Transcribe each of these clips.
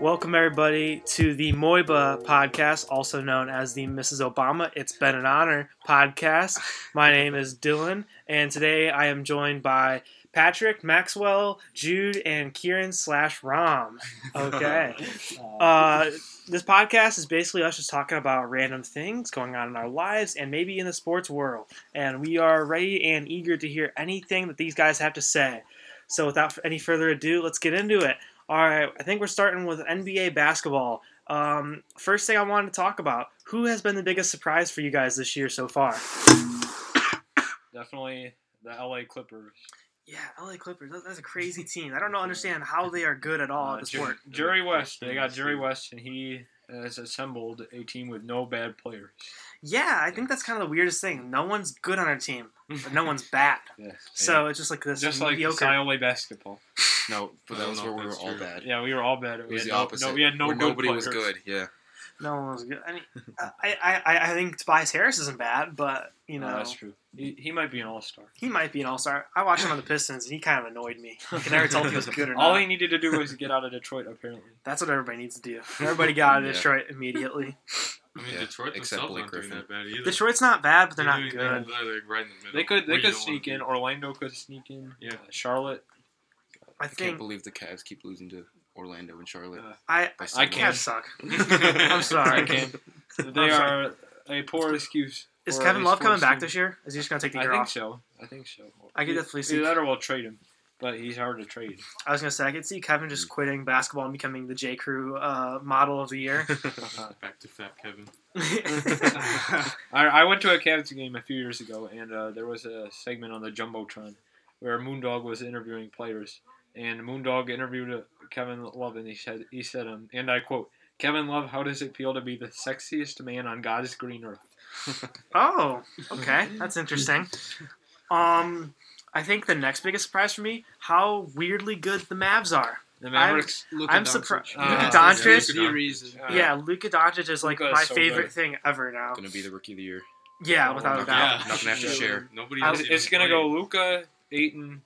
Welcome, everybody, to the Moiba podcast, also known as the Mrs. Obama It's Been an Honor podcast. My name is Dylan, and today I am joined by Patrick, Maxwell, Jude, and Kieran slash Rom. Okay. Uh, this podcast is basically us just talking about random things going on in our lives and maybe in the sports world. And we are ready and eager to hear anything that these guys have to say. So, without any further ado, let's get into it. All right, I think we're starting with NBA basketball. Um, first thing I wanted to talk about who has been the biggest surprise for you guys this year so far? Definitely the LA Clippers. Yeah, LA Clippers. that- That's a crazy team. I don't know, understand how they are good at all Uh, at this Jer- point. Jerry West. They got Jerry West, and he has assembled a team with no bad players. Yeah, I think that's kind of the weirdest thing. No one's good on our team, but no one's bad. Yes. So it's just like this just like mediocre. Siowa basketball. No, but I that don't was know where if we were that's all true. bad. Yeah, we were all bad. It We was had the no, opposite. No, we had no where good nobody was players. good. Yeah, no one was good. I mean, I, I, I- I think Tobias Harris isn't bad, but you know. Uh, that's true. He, he might be an all star. he might be an all-star. I watched him on the Pistons, and he kind of annoyed me. I could never tell if he was good or not. All he needed to do was get out of Detroit, apparently. That's what everybody needs to do. Everybody got out of Yeah. Detroit immediately. I mean, Yeah, Detroit except themselves Blake aren't doing Griffin. that bad either. Detroit's not bad, but they're not doing good. things literally right in the middle. They could where they you could don't wanna sneak be. in. Orlando could sneak in. Uh, Yeah. Charlotte. I I can't think believe the Cavs keep losing to Orlando and Charlotte. Uh, I by so I much. can't- Cavs suck. I'm I'm sorry. I can. They are a poor excuse. Is for Kevin a Love coming sports back team. this year? Is he just gonna take the I year think off? so. I think so. I could definitely see- Either that or we'll trade him, but he's hard to trade. I was gonna say I could see Kevin Mm. just quitting basketball and becoming the J Crew uh, model of the year. Back to Fat Kevin. I, I went to a Cavs game a few years ago, and uh, there was a segment on the Jumbotron where Moondog was interviewing players, and Moondog interviewed uh, Kevin Love, and he said, he said, um, and I quote, "Kevin Love, how does it feel to be the sexiest man on God's green earth?" Oh, okay, that's interesting. Um, I think the next biggest surprise for me how weirdly good the Mavs are. The Mavericks. I'm surprised. Uh, Doncic. Luka Doncic. Uh, yeah, Luka Doncic is like Luka is my so favorite good. thing ever now. Gonna be the rookie of the year. Yeah, Oh, without a not doubt. gonna- not gonna have to Yeah. share. Nobody I else was- even it's gonna go played. Luca, Aiton,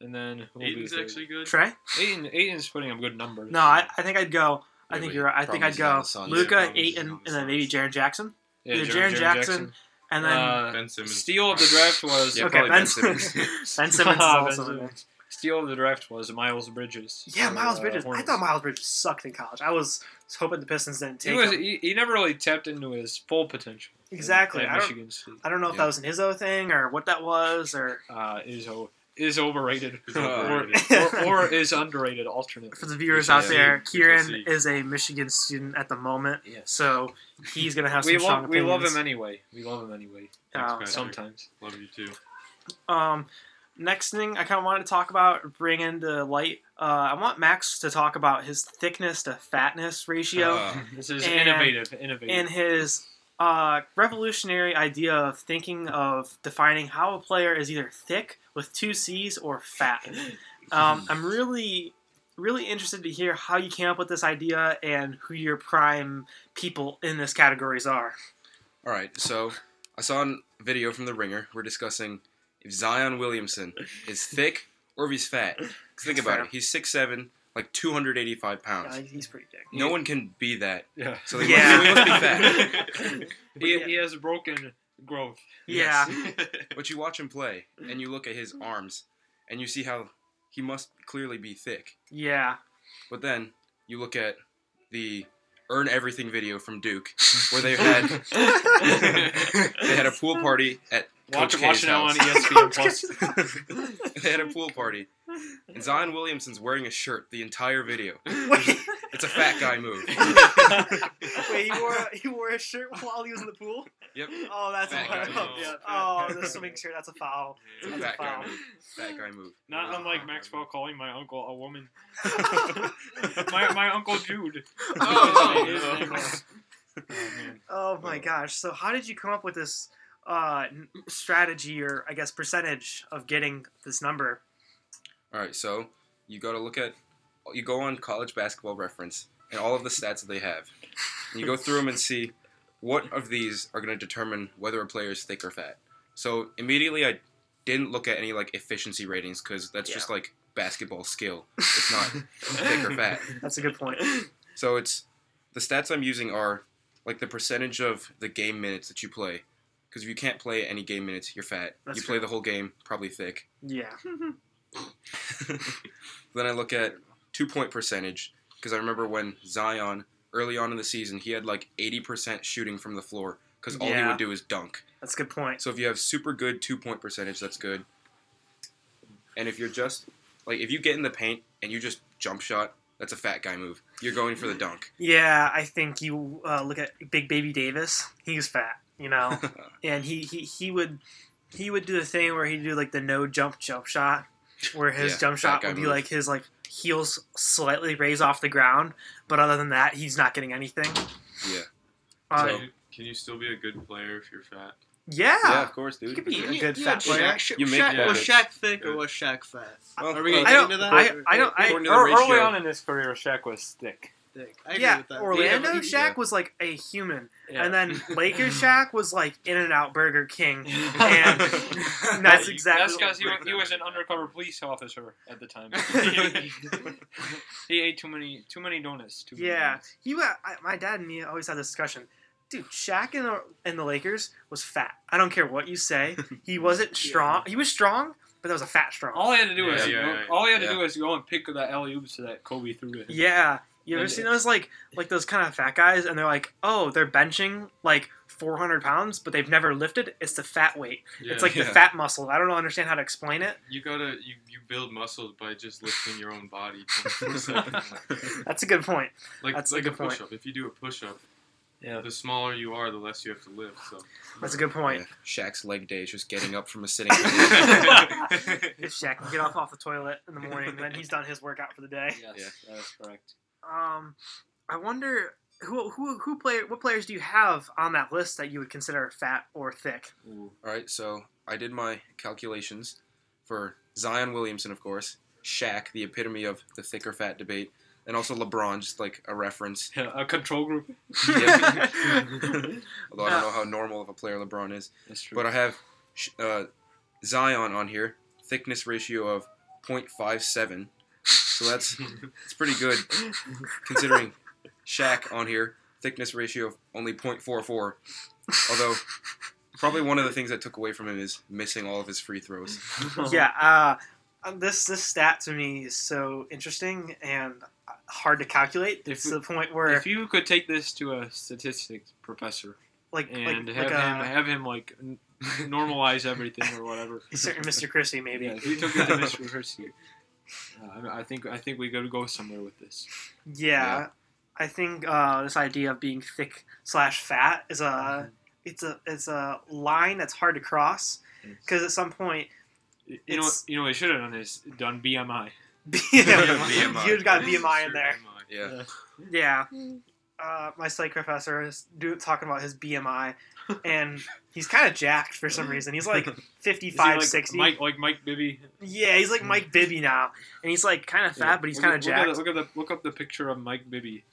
and then who will be Aiden's third? actually good. Trey? Aiton. Aiton's putting up good numbers. No, I, I think I'd go. I Yeah, think but you're right. I think I'd Brumby's on go the Suns. Luca, Brumby's eight, and, on the and then maybe Suns. Jaren Jackson, yeah, either Jaren Jaren Jackson, and then Uh, Ben Simmons. Steal of the draft was Yeah, okay, probably Ben Ben Simmons. Simmons. ben Simmons is Ah, Ben also in there. Simmons. Steal of the draft was Miles Bridges. Yeah, for, Miles uh, Bridges. I Hornets. thought Miles Bridges sucked in college. I was hoping the Pistons didn't he take was him. he, he never really tapped into his full potential. at- Exactly. At I don't- Michigan State I don't know if that Yeah. was an Izzo thing or what that was or uh, is o- is overrated, Is or- overrated. Or, or, is underrated alternate. for the viewers We shall out there, see. We shall Kieran see. is a Michigan student at the moment, Yes. so he's gonna have some We strong love we opinions. love him anyway. We love him anyway. Um, Thanks, Sometimes. Love you too. Um, next thing I kind of wanted to talk about, bring into light. Uh, I want Max to talk about his thickness to fatness ratio Uh, This is And- innovative, innovative. and his uh, revolutionary idea of thinking of defining how a player is either thick with two C's or fat. Um, I'm really, really interested to hear how you came up with this idea and who your prime people in this categories are. all right, so I saw a video from The Ringer. We're discussing if Zion Williamson is thick or if he's fat. 'Cause think about it. He's 6'7", like 285 Yeah, pounds. he's pretty thick. No one can be that. yeah. So he Yeah. must, he must be fat. he, he has broken growth. Yeah. But you watch him play, and you look at his arms, and you see how he must clearly be thick. Yeah. But then you look at the earn everything video from Duke, where they had they had a pool party at Coach Watch, K's watch now on E house. ESPN Plus. they had a pool party, and Zion Williamson's wearing a shirt the entire video. Wait, It's a fat guy move. wait, he wore a, he wore a shirt while he was in the pool. Yep, Oh, that's Fat a guy foul. move. Yeah, fat Oh, guy the move. swimming shirt. That's a foul. it's a That's fat a foul. guy move. Fat guy move. Not unlike Maxwell calling my uncle a woman. oh, My, my uncle Jude. Oh, His name- his name no. was- Oh, man. my gosh! So, how did you come up with this uh, n- strategy, or I guess percentage of getting this number? All right, so you got to look at, you go on College Basketball Reference and all of the stats that they have. And you go through them and see what of these are going to determine whether a player is thick or fat. So immediately I didn't look at any like efficiency ratings because that's just like basketball skill. It's not thick or fat. That's a good point. So it's the stats I'm using are like the percentage of the game minutes that you play. Because if you can't play any game minutes, you're fat. That's you play true. the whole game, probably thick. Yeah. then I look at two point percentage because I remember when Zion early on in the season he had like 80% shooting from the floor because all he Yeah. would do is dunk. That's a good point. So if you have super good two point percentage, that's good. And if you're just like if you get in the paint and you just jump shot, that's a fat guy move. You're going for the dunk. Yeah, I think you uh, look at Big Baby Davis. He was fat, you know, and he, he, he would he would do the thing where he'd do like the no jump jump shot, where his Yeah, jump that shot guy would be move. like his like heels slightly raised off the ground, but other than that, he's not getting anything. Yeah. Uh, Can you- can you still be a good player if you're fat? yeah. yeah, of course, He dude. could be a Yeah, good yeah, fat Shaq- player. Sha- You make Shaq- that. was Shaq thick or was Shaq fat? Well, Are we gonna I get don't. into that? I, I don't. I, According to the Ear- ratio, Early on in his career, Shaq was thick. Thick. I agree yeah, with that. Orlando Yeah. Shaq was like a human, Yeah. and then Lakers Shaq was like In and Out Burger King. And- And that's exactly. That's what- because he, wa- he was an undercover police officer at the time. he ate too many too many donuts. Too many Yeah, donuts. he. wa- uh, I, my dad and me always had this discussion. Dude, Shaq in the, in the Lakers was fat. I don't care what you say. He wasn't strong. He was strong, but that was a fat strong. All he had to do Yeah, was yeah, yeah. all he had to Yeah. do was go and pick that alley oops that Kobe threw to him. yeah. You ever And- seen those like like those kind of fat guys, and they're like, oh, they're benching like 400 pounds, but they've never lifted. It's the fat weight. Yeah, it's like the Yeah. fat muscle. I don't know, understand how to explain it. you gotta you, you build muscles by just lifting your own body 24/7. That's a good point. Like That's a like a, good point. push up. If you do a push up, Yeah. the smaller you are, the less you have to lift. So That's a good point. Yeah, Shaq's leg day is just getting up from a sitting. position. yeah, If Shaq can get off off the toilet in the morning, then he's done his workout for the day. Yes, that's correct. Um, I wonder who who who player what players do you have on that list that you would consider fat or thick? Ooh. All right, so I did my calculations for Zion Williamson, of course, Shaq, the epitome of the thick or fat debate, and also LeBron, just like a reference. Yeah, a control group. Yep. Although I don't know how normal of a player LeBron is, That's true. but I have sh- uh, Zion on here, thickness ratio of 0.57, so that's it's pretty good considering Shaq on here, thickness ratio of only 0.44. Although probably one of the things I took away from him is missing all of his free throws. yeah, uh, this this stat to me is so interesting and hard to calculate. If- It's to the point where if you could take this to a statistics professor like and like, uh, have like him a have him like n- normalize everything or whatever. certain Mr. Christie maybe. Yeah, if you took it to Mr. Hersey, uh, I I think I think we gotta go somewhere with this. Yeah, Yeah. I think uh, this idea of being thick slash fat is a Mm-hmm. it's a it's a line that's hard to cross because at some point You know, It's- you know, what we should have done is done BMI. BMI. you've got BMI in there. Yeah. Yeah, uh, my psych professor is do, talking about his BMI, and he's kind of jacked for some reason. He's like Is he 55, like 60. Mike, like Mike Bibby. Yeah, he's like Mike Bibby now, and he's like kind of fat, Yeah. but he's Look kind at- of jacked. Look at, the, look at the look up the picture of Mike Bibby.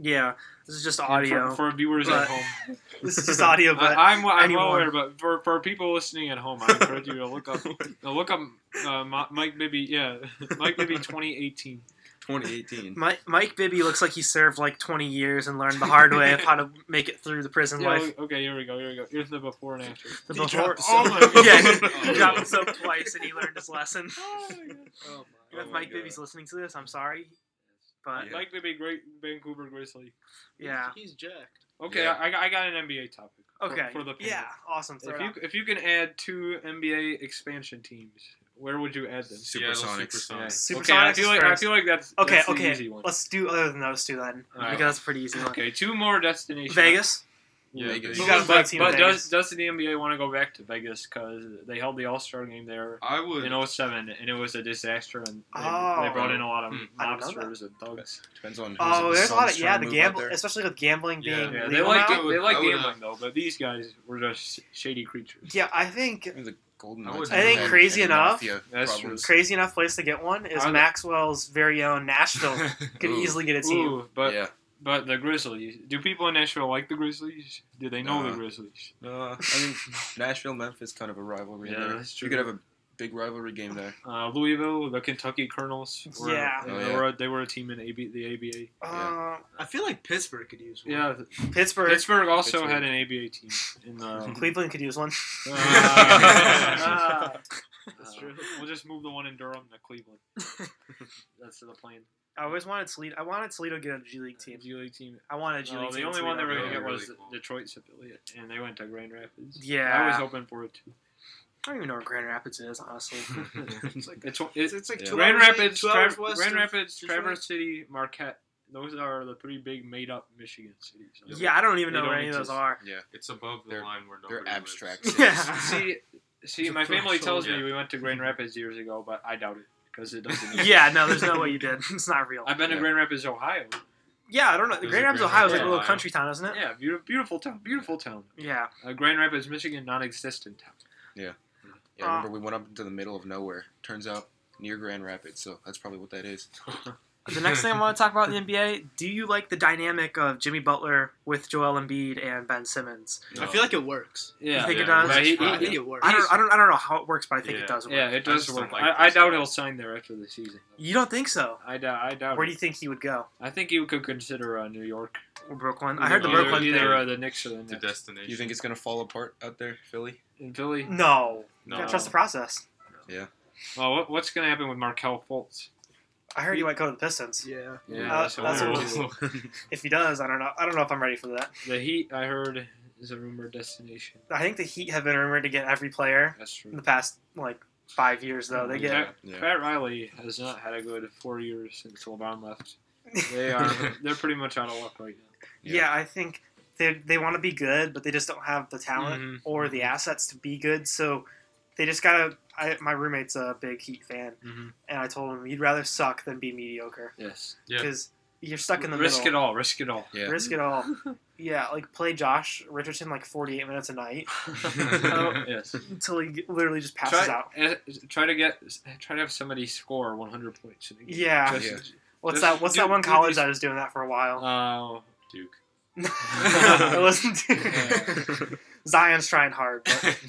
yeah, this is just And audio. for, for viewers But- at home. this is just audio, but I, I'm, I'm well anyone. aware, but for, for people listening at home, I encourage you to look up to look up uh, Mi- Mike Bibby. Yeah, Mike Bibby 2018. 2018. Mike, Mike Bibby looks like he served like 20 years and learned the hard way of how to make it through the prison Yeah, life. okay, here we go. Here we go. Here's the before and after. The He before- dropped Oh my god. Yeah, he Oh. dropped the soap twice and he learned his lesson. Oh And if my Mike God. Bibby's listening to this, I'm sorry. But Yeah. Mike Bibby, great Vancouver Grizzly. yeah. He's jacked. Okay, Yeah. I, I got an NBA topic. for- Okay. For, the panel. yeah, awesome. Throw If it you out. if you can add two NBA expansion teams, where would you add them? Seattle Supersonics. Supersonics. Supersonics okay, I feel is like first. I feel like that's Okay, that's the okay. easy one. Let's do other than those two then. All right. Because that's a pretty easy one. Okay, two more destinations. Vegas? Yeah, Vegas. Vegas. You got a but, team but in Vegas. does does the NBA want to go back to Vegas because they held the All Star game there I Oh, would. in 07 and it was a disaster and they, Oh. they brought in a lot of Hmm. Mm. I didn't know mobsters and thugs. Depends on. who's at Oh, the there's a lot Suns of yeah, trying the to move out gamble, there. especially with gambling Yeah. being Yeah, they legal like now. would- they like I would, uh, gambling though, but these guys were just shady creatures. Yeah, I think Maybe The Golden I Knights would- I think had crazy any enough- mafia That's problems. crazy enough place to get one is I would- Maxwell's very own Nashville. Could Ooh. easily get a team. Ooh, but Yeah. but the Grizzlies. Do people in Nashville like the Grizzlies? Do they know Nah. the Grizzlies? Uh, I think Nashville, Memphis, kind of a rivalry Yeah, there. that's You true. could have a Big rivalry game there. Uh, Louisville, the Kentucky Colonels. Were, Yeah. They, Oh, yeah. Were a, they were a team in AB, the ABA. Uh, I feel like Pittsburgh could use one. Yeah, Pittsburgh. Pittsburgh also Pittsburgh. had an ABA team in the. Cleveland could use one. Uh, That's Uh, true. We'll just move the one in Durham to Cleveland. That's the plan. I always wanted Toledo. I wanted Toledo to get a G League team. G League team. I wanted a G No, League the team. in only one they Toledo. were going to Yeah, get was really cool. Detroit's affiliate, and they went to Grand Rapids. Yeah. I was hoping for it too. I don't even know where Grand Rapids is, honestly. It's like, it's, it's, It's like Yeah. two Grand hours, Rapids, two Tra- hours west Grand of Rapids, Detroit. Traverse City, Marquette. Those are the three big made-up Michigan cities. yeah, I don't even They know where don't any of those exist. are. Yeah, It's above the They're- line where nobody they're abstract. Lives. Yeah. see, see, It's a my family threshold. tells me Yeah. we went to Grand Rapids years ago, but I doubt it because it doesn't. exist. yeah, no, there's no way you did. It's not real. I've been to Yeah. Grand Rapids, Ohio. Yeah, I don't know. There's a Grand Rapids, Grand Ohio is like Rapids, a little Ohio. country town, isn't it? Yeah, beautiful, beautiful town, beautiful town. Yeah. Uh, Grand Rapids, Michigan, non-existent town. yeah. I remember we went up into the middle of nowhere. Turns out near Grand Rapids, so that's probably what that is. The next thing I want to talk about in the NBA, do you like the dynamic of Jimmy Butler with Joel Embiid and Ben Simmons? I feel like it works. Yeah, You think it yeah, does? but he- I he- think it works. I don't, I don't, I don't know how it works, but I think Yeah. it does work. yeah, it I does just work. don't like I, I this doubt guy. he'll sign there after the season. You don't think so? I doubt. I doubt. Where it. do you think he would go? I think you could consider uh, New York. Or Brooklyn? I heard the Either- Brooklyn either, thing. uh, the Knicks or the The Nets. destination. Do you think it's gonna fall apart out there, Philly? In Philly. No. No. Gotta trust the process. Well, Oh, what, what's going to happen with Markel Fultz? I heard he might go to the Pistons. Yeah. Yeah, Uh, so that's the- what it is. If he does, I don't know. I don't know if I'm ready for that. the Heat. I heard is a rumored destination. I think the Heat have been rumored to get every player That's true. in the past like five years, though. They get Pat, Yeah. Pat Riley has not had a good four years since LeBron left. They are they're pretty much out of luck right now. yeah. I think they they want to be good, but they just don't have the talent Mhm. or the assets to be good. So they just gotta. I, my roommate's a big Heat fan, Mhm. and I told him you'd rather suck than be mediocre Yes, Yeah. because you're stuck in the risk middle. it all. Risk it all. Yeah. Risk it all. Yeah, like play Josh Richardson like 48 minutes a night yes. until he literally just passes Try, out. eh, try to get eh, try to have somebody score 100 points. In a game. Yeah. Just- What's Just that? What's do- that one do college these- that was doing that for a while? Oh, Duke. it wasn't Yeah. Zion's trying hard.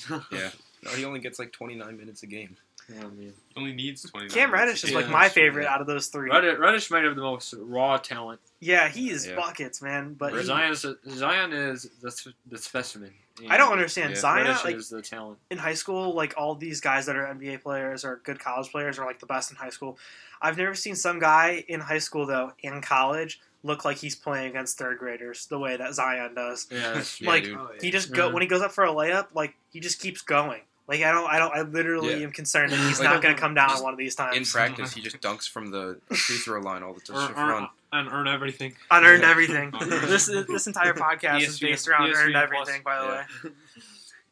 But Yeah. No, he only gets like 29 minutes a game. oh, man. Only needs twenty. Cam Reddish is like Yeah, my that's true, favorite yeah. out of those three. Reddish, Reddish might have the most raw talent. Yeah, he is Yeah. buckets, man. But he- Zion's, Zion is the, s- the specimen. and I don't understand Yeah, Zion. Reddish Like is the talent. in high school, like all these guys that are NBA players or good college players are like the best in high school. I've never seen some guy in high school though in college look like he's playing against third graders the way that Zion does. Yeah, that's true. Yeah, Like, dude. Oh, yeah. He just go Mm-hmm. Mhm. when he goes up for a layup, like he just keeps going. Like I don't, I don't, I literally Yeah. am concerned that he's Like, not going to come down just on one of these times. In practice, he just dunks from the free throw line all the time. earn, Just earn, run. and earn everything. unearned everything. Unearned. this this entire podcast E is ESPN based around earned plus. everything. By the Yeah. way,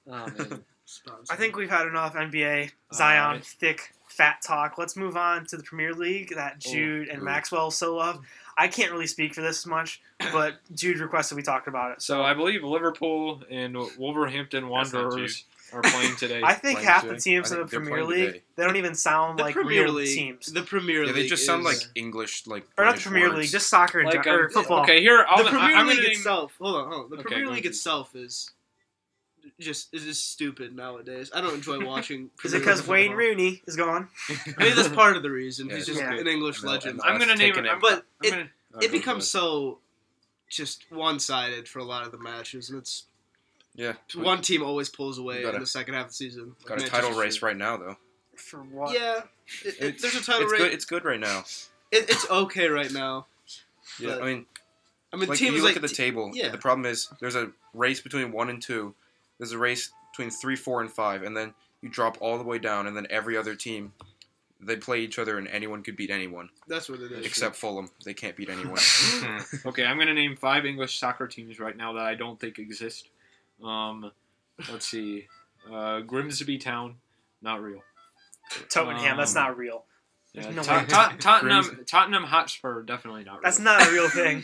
Oh, man. Sponsor. I think we've had enough NBA Zion right. thick fat talk. Let's move on to the Premier League that Jude and Oh, ooh. Maxwell so love. I can't really speak for this much, but Jude requested we talked about it. So I believe Liverpool and Wolverhampton That's not Wanderers are playing today. I think playing half today? the teams I in the think they're Premier playing League today. they don't even sound like real teams. The Premier League. Yeah, they just sound is- like English, like or not the British Premier words. League, just soccer and like, or um, football. Okay, here I'll, the I, Premier I'm League gonna name, itself. Hold on, hold on. The Okay, Premier go League ahead. itself is just is just stupid nowadays. I don't enjoy watching. Is it Premier because League Wayne football. Rooney is gone? Maybe that's part of the reason. Yeah, He's just okay. an English And they'll- legend. and I'm gonna Us name it. taking I'm, it. but I'm But it- gonna, It becomes so just one-sided for a lot of the matches, and it's yeah. one team always pulls away Got a- in the second half of the season. Got a Like title Manchester race City. right now, though. For what? Yeah, it, it, there's a title it's race. Good, it's good right now. It, it's okay right now. Yeah, But- I mean, I mean, like, you teams look like at the table. yeah. The problem is there's a race between one and two. There's a race between three, four, and five, and then you drop all the way down, and then every other team, they play each other, and anyone could beat anyone that's what it is. except Fulham. They can't beat anyone. Okay, I'm gonna name five English soccer teams right now that I don't think exist. Um, let's see, uh, Grimsby Town, not real. Tottenham, Um, that's not real. Yeah, No Tot- way. Tot- Tottenham, Tottenham Hotspur, definitely not. That's real. not a real thing.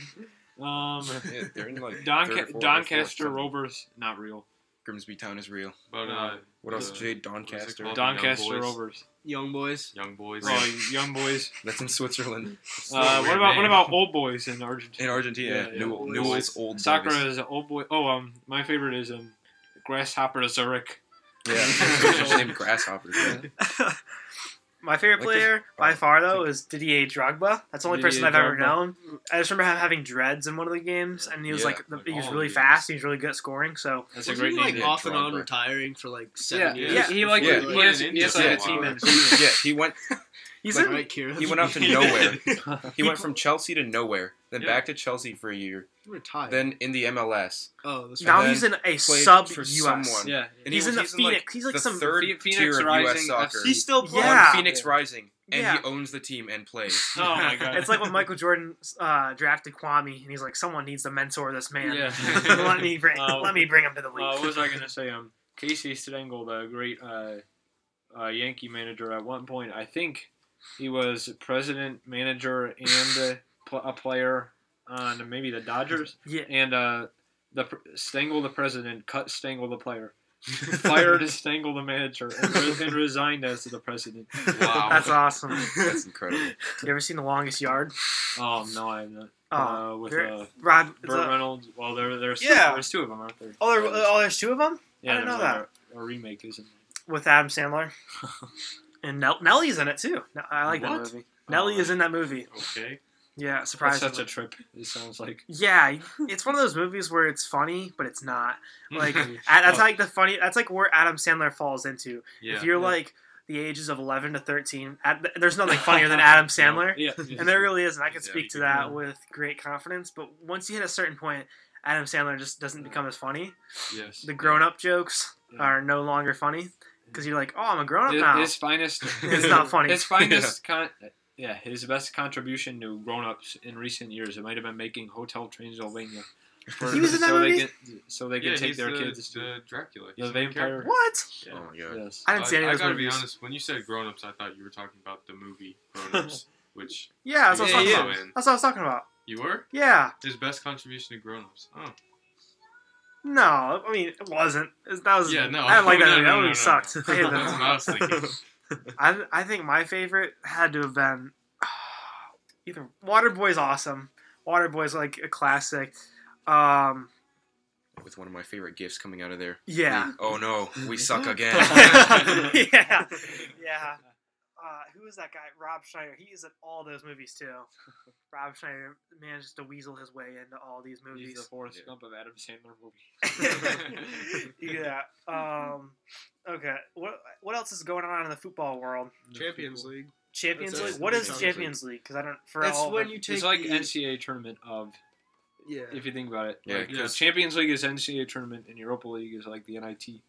Um, yeah, they're in like third or Donca- fourth or Doncaster fourth, something. Rovers, not real. Grimsby Town is real. But uh, What else? Uh, Jade it Doncaster. called? Doncaster Young Boys. Rovers. Young boys. young boys. Oh, young boys. That's in Switzerland. Uh, what Weird about what name. about old boys in Argentina? In Argentina, Yeah, yeah. Newell, Boys. Newell's old Soccer boys. is old boy. Oh, um, my favorite is um, Grasshopper Zurich. Yeah. Just named grasshoppers. yeah. My favorite Like this- player by far though is Didier Drogba. That's the only person Didier I've ever Drogba. known. I just remember him having dreads in one of the games, and he was Yeah, like, the, like he was all really the fast. He was really good at scoring. So That's a Wasn't great he, name. like Yeah, off and on Drogba. retiring for Yeah, like seven years. yeah, he like Yeah. he has, Yeah. he has like, Yeah. a team in yeah, he went he's Like, in. right, Kieran. he went out to nowhere. He He went pl- from Chelsea to nowhere, then Yeah. back to Chelsea for a year, He retired. then in the MLS. oh, that's Now right. then he's in a played sub for US. someone. Yeah, And he's he in the was- he's in, like, Phoenix. he's like the some. third Phoenix tier of US Rising soccer. FC. He's still playing. Yeah. On Phoenix Rising, and Yeah. he owns the team and plays. Oh my god. It's like when Michael Jordan uh, drafted Kwame, and he's like, someone needs to mentor this man. Yeah. let me bring, Oh. let me bring him to the league. Uh, what was I gonna say? Um, Casey Stengel, the great uh, uh, Yankee manager, at one point, I think he was president, manager, and uh, pl- a player on maybe the Dodgers. yeah. And uh, the pr- Stengel, the president, cut Stengel, the player, fired Stengel, the manager, and, re- and resigned as the president. wow. That's awesome. That's incredible. You ever seen The Longest Yard? Oh no, I have not. Oh, uh, with very- uh, Rob. it's Burt a- Reynolds. Well, there, there's Yeah. two, there's two of them, aren't there? Um, oh, there, oh, there's two of them yeah, didn't there's know like A, a remake, isn't there? with Adam Sandler, and Nell, Nelly's in it too. No, I like What? that movie. Oh, Nelly is in that movie. Okay. Yeah, That's surprisingly. such a trip. It sounds like. Yeah, it's one of those movies where it's funny, but it's not. Like yeah. a- that's like the funny. That's like where Adam Sandler falls into. if you're yeah. like the ages of eleven to thirteen, at, there's nothing funnier than Adam Sandler, Yeah. and there really isn't. I can Yeah, speak you to can, that yeah. with great confidence. But once you hit a certain point, Adam Sandler just doesn't become as funny. yes. The grown-up jokes Yeah. are no longer funny because you're like, oh, I'm a grown-up His, now. his finest. It's not funny. His finest. Con- yeah, his best contribution to grown-ups in recent years. It might have been making Hotel Transylvania. for- He was in that so movie? They can, so they can yeah, take he's their the, kids. to the Dracula. Yeah, He's the main character. vampire. what? Yeah. Oh my god. Yes. I didn't see any I of those gotta movies. be honest. When you said grown ups, I thought you were talking about the movie Grown Ups, which Yeah, that's what I was Yeah, talking yeah. about. That's what I was talking about. you were Yeah. his best contribution to Grown Ups. Oh, No, I mean it wasn't. It- That was yeah, no. I didn't like that No, movie. no, That no, movie no, sucked. no. I hated That's that. what I was thinking. I I think my favorite had to have been either Waterboy's awesome. Waterboy's like a classic. Um, With one of my favorite gifts coming out of there. yeah, The, oh no, we suck again. yeah, yeah. Uh, who is that guy? Rob Schneider. He is in all those movies too. Rob Schneider manages to weasel his way into all these He's the movies. Forrest Yeah. Gump of Adam Sandler movie. yeah. Um, okay. What what else is going on in the football world? Champions League. Champions That's League. What is Champions Champions League? Because I don't. For That's all of when it- you take It's like the- NCAA tournament of yeah. if you think about it. Yeah, like, the 'cause- Champions League is NCAA tournament and Europa League is like the NIT.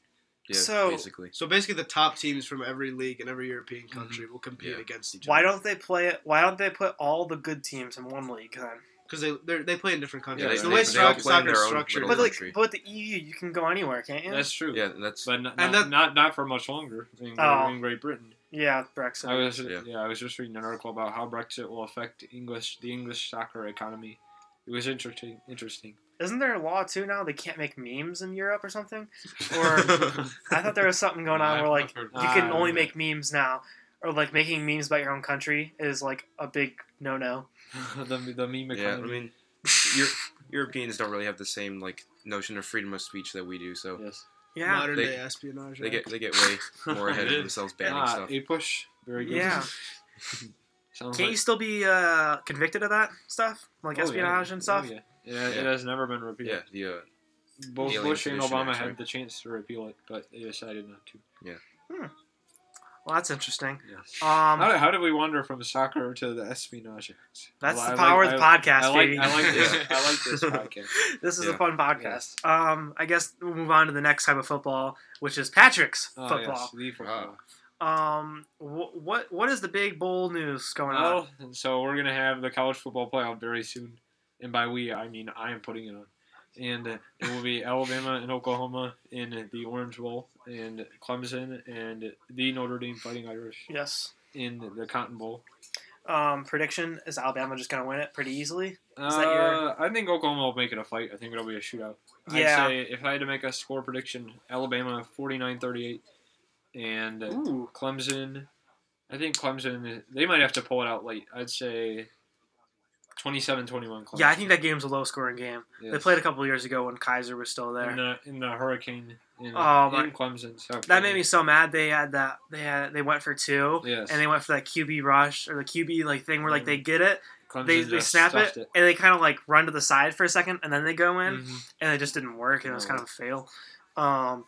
yeah, So- basically. So basically, the top teams from every league in every European country will compete Yeah. against each other. Why don't they play it? Why don't they put all the good teams in one league then? Because they they're- they play in different countries. Yeah, the they- way they soccer, all play in soccer their is own structured, But like, country. but the EU, you can go anywhere, can't you? That's true. Yeah, that's But not, And not, that- not not for much longer in, Oh. in Great Britain. yeah, Brexit. I was yeah. Yeah. I was just reading an article about how Brexit will affect English the English soccer economy. It was interesting. Interesting. Isn't there a law too now? They can't make memes in Europe or something. Or I thought there was something going on I've- where like I've heard you can Ah, only yeah. make memes now, or like making memes about your own country is like a big no no. the the meme economy. yeah. I mean, Euro- Europeans don't really have the same like notion of freedom of speech that we do, so yes. Yeah, modern They- day espionage. they act. get they get way more ahead of themselves banning Ah, stuff. a push. Very good. Yeah. Sounds can't you like, still be uh, convicted of that stuff, like oh, yeah, espionage yeah, and stuff? oh, yeah. Yeah, It Yeah. has never been Yeah, repealed. the uh, Both Alien Bush and Sedition Obama Act, had right? the chance to repeal it, but they decided not to. Well, that's interesting. Yes. Um, how, how did we wander from soccer to the espionage? act? that's Well, the I power like- of the I- podcast, I like, baby. I like this. Yeah. I like this podcast. This is a Yeah. fun podcast. Um, I guess we'll move on to the next type of football, which is Patrick's Oh, yes, football. the Ah. football. Um, wh- what what is the big bowl news going on? Well, and so we're gonna have the college football playoff very soon, and by we I mean I am putting it on, and uh, it will be Alabama and Oklahoma in the Orange Bowl, and Clemson and the Notre Dame Fighting Irish Yes. in the Cotton Bowl. Um, prediction is Alabama just going to win it pretty easily. that your- Uh, I think Oklahoma will make it a fight. I think it'll be a shootout. Yeah. I'd say if I had to make a score prediction, Alabama 49-38, and uh, Ooh. Clemson. I think Clemson. They might have to pull it out late. I'd say 27-21 Clemson. Yeah, I think that game's a low scoring game. They Yes. played a couple years ago when Kaiser was still there. in the, in the hurricane in, Oh, my- in Clemson. South That made me so mad. They had that. They had. They went for two, Yes. and they went for that QB rush or the QB like thing where like they get it, Clemson they, they Mm-hmm. just snap it, stuffed and they kind of like run to the side for a second, and then they go in, Mhm. and it just didn't work, and it was No. kind of a fail. Um,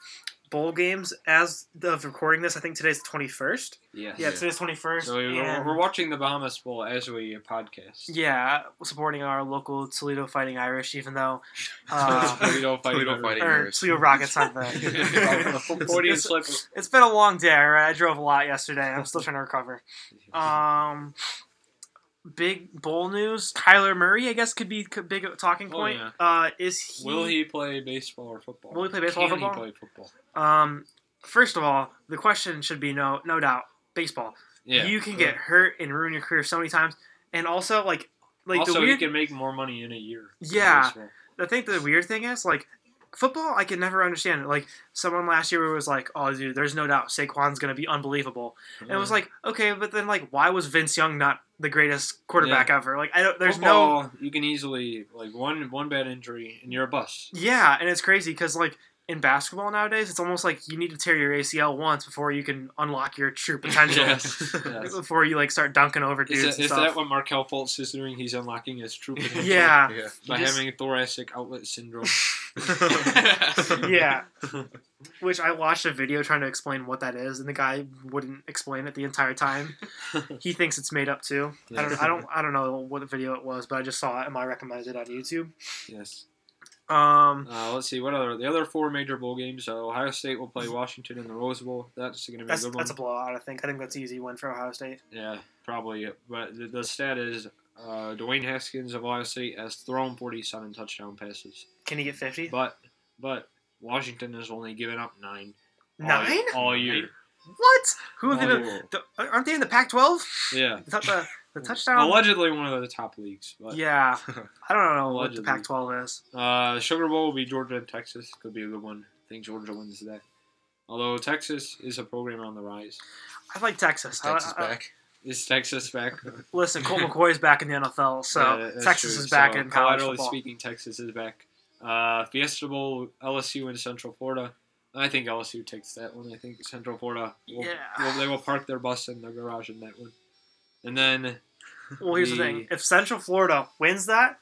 bowl games as of recording this, I think today's the twenty first. Yes. Yeah, Yeah. today's twenty first. So we- we're, we're watching the Bahamas Bowl as we podcast. Yeah, supporting our local Toledo Fighting Irish, even though Uh, uh, we don't fight. Toledo better. Fighting or Irish. Toledo Rockets not the. Freudian slip. it's been a long day. All right, I drove a lot yesterday. I'm still trying to recover. Um, big bowl news. Kyler Murray, I guess, could be a big talking Oh, point. yeah. Uh, is he? Will he play baseball or football? Will he play baseball or Can football? he play football? Um, first of all, the question should be no, no doubt. Baseball. Yeah. You can get hurt and ruin your career so many times, and also like, like also, the weird. he can make more money in a year. than Yeah. baseball. I think the weird thing is like football. I could never understand it. Like someone last year was like, "Oh, dude, there's no doubt Saquon's gonna be unbelievable," and it was like, okay, but then like, why was Vince Young not the greatest quarterback ever? Like, I don't. There's no. football, You can easily like one one bad injury and you're a bust. Yeah, and it's crazy because like in basketball nowadays, it's almost like you need to tear your ACL once before you can unlock your true potential. Yes, yes. Before you like start dunking over Is, dudes that, and is that stuff. what Markel Fultz is doing? He's unlocking his true potential yeah, Yeah. by He just- having thoracic outlet syndrome. yeah. Which I watched a video trying to explain what that is, and the guy wouldn't explain it the entire time. he thinks it's made up too. I don't, I don't, I don't know what video it was, but I just saw it and I recommended it on YouTube. Yes. Um, Uh, let's see what other the other four major bowl games. So Ohio State will play Washington in the Rose Bowl. That's going to be that's a good one. that's a blowout. I think. I think that's an easy win for Ohio State. Yeah, probably. But the, the stat is uh, Dwayne Haskins of Ohio State has thrown 47 touchdown passes, Can he get fifty? but but Washington has only given up nine. all- Nine? all, year. What? Who have they been? Unbelievable. The, aren't they in the Pac-12? Yeah, I thought the, the touchdown. allegedly one of the top leagues. But yeah, I don't know what the Allegedly. Pac-12 is. uh, Sugar Bowl will be Georgia and Texas. Could be a good one. I think Georgia wins that. Although Texas is a program on the rise. I like Texas. Is Texas I- I- back? Is Texas back? listen, Colt McCoy's back in the NFL, so Yeah, that's Texas true. is back So, in college collaterally football. speaking, Texas is back. Uh, Fiesta Bowl, LSU in Central Florida. I think LSU takes that one. I think Central Florida. Will, Yeah. will- they will park their bus in the garage in that one. And then Well, here's the thing: if Central Florida wins that,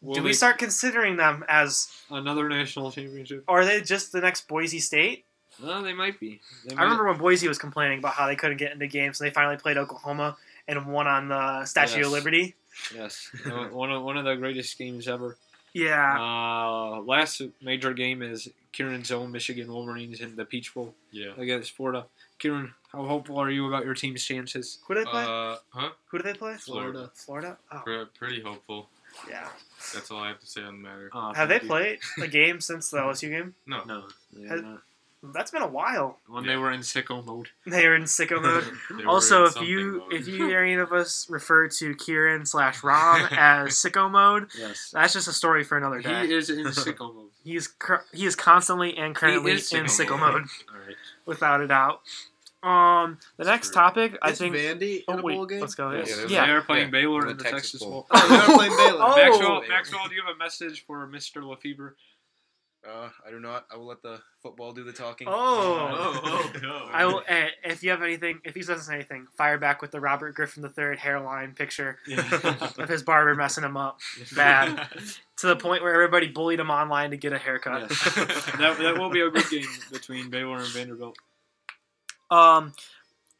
will do we they- start considering them as another national championship? are they just the next Boise State? No, they might be. They I might- remember when Boise was complaining about how they couldn't get into games, and they finally played Oklahoma and won on the Statue Yes. of Liberty. Yes, one of one of the greatest games ever. Yeah, Uh, last major game is Kieran's own Michigan Wolverines in the Peach Bowl yeah. against Florida. Kieran, how hopeful are you about your team's chances? who did they play? Uh, huh? who did they play? Florida. Florida. Oh, Pre- pretty hopeful. yeah. That's all I have to say on the matter. Uh, Have they thank you. played a game since the LSU game? No. No. they Has- have not. That's been a while. when Yeah. they were in sicko mode. They are in sicko mode. They were also, in if something you mode. if you or any of us refer to Kieran slash Rom as sicko mode, Yes. that's just a story for another day. He is in sicko mode. He is cur- he is constantly and currently is in sicko sicko mode. mode, All right. without a doubt. Um, the That's next true. topic, I Is think. Vandy in oh a wait, bowl game? let's go. Yeah, Yeah, there's They are playing Baylor The in the Texas Texas Bowl. Bowl. Oh, they are playing Baylor. Oh. Maxwell, Maxwell, do you have a message for Mr. LaFever? Uh, I do not. I will let the football do the talking. Oh. Oh, Uh, oh, oh. I will. eh, If you have anything, if he says anything, fire back with the Robert Griffin III hairline picture of his barber messing him up bad to the point where everybody bullied him online to get a haircut. Yes. That, that will be a good game between Baylor and Vanderbilt. Um,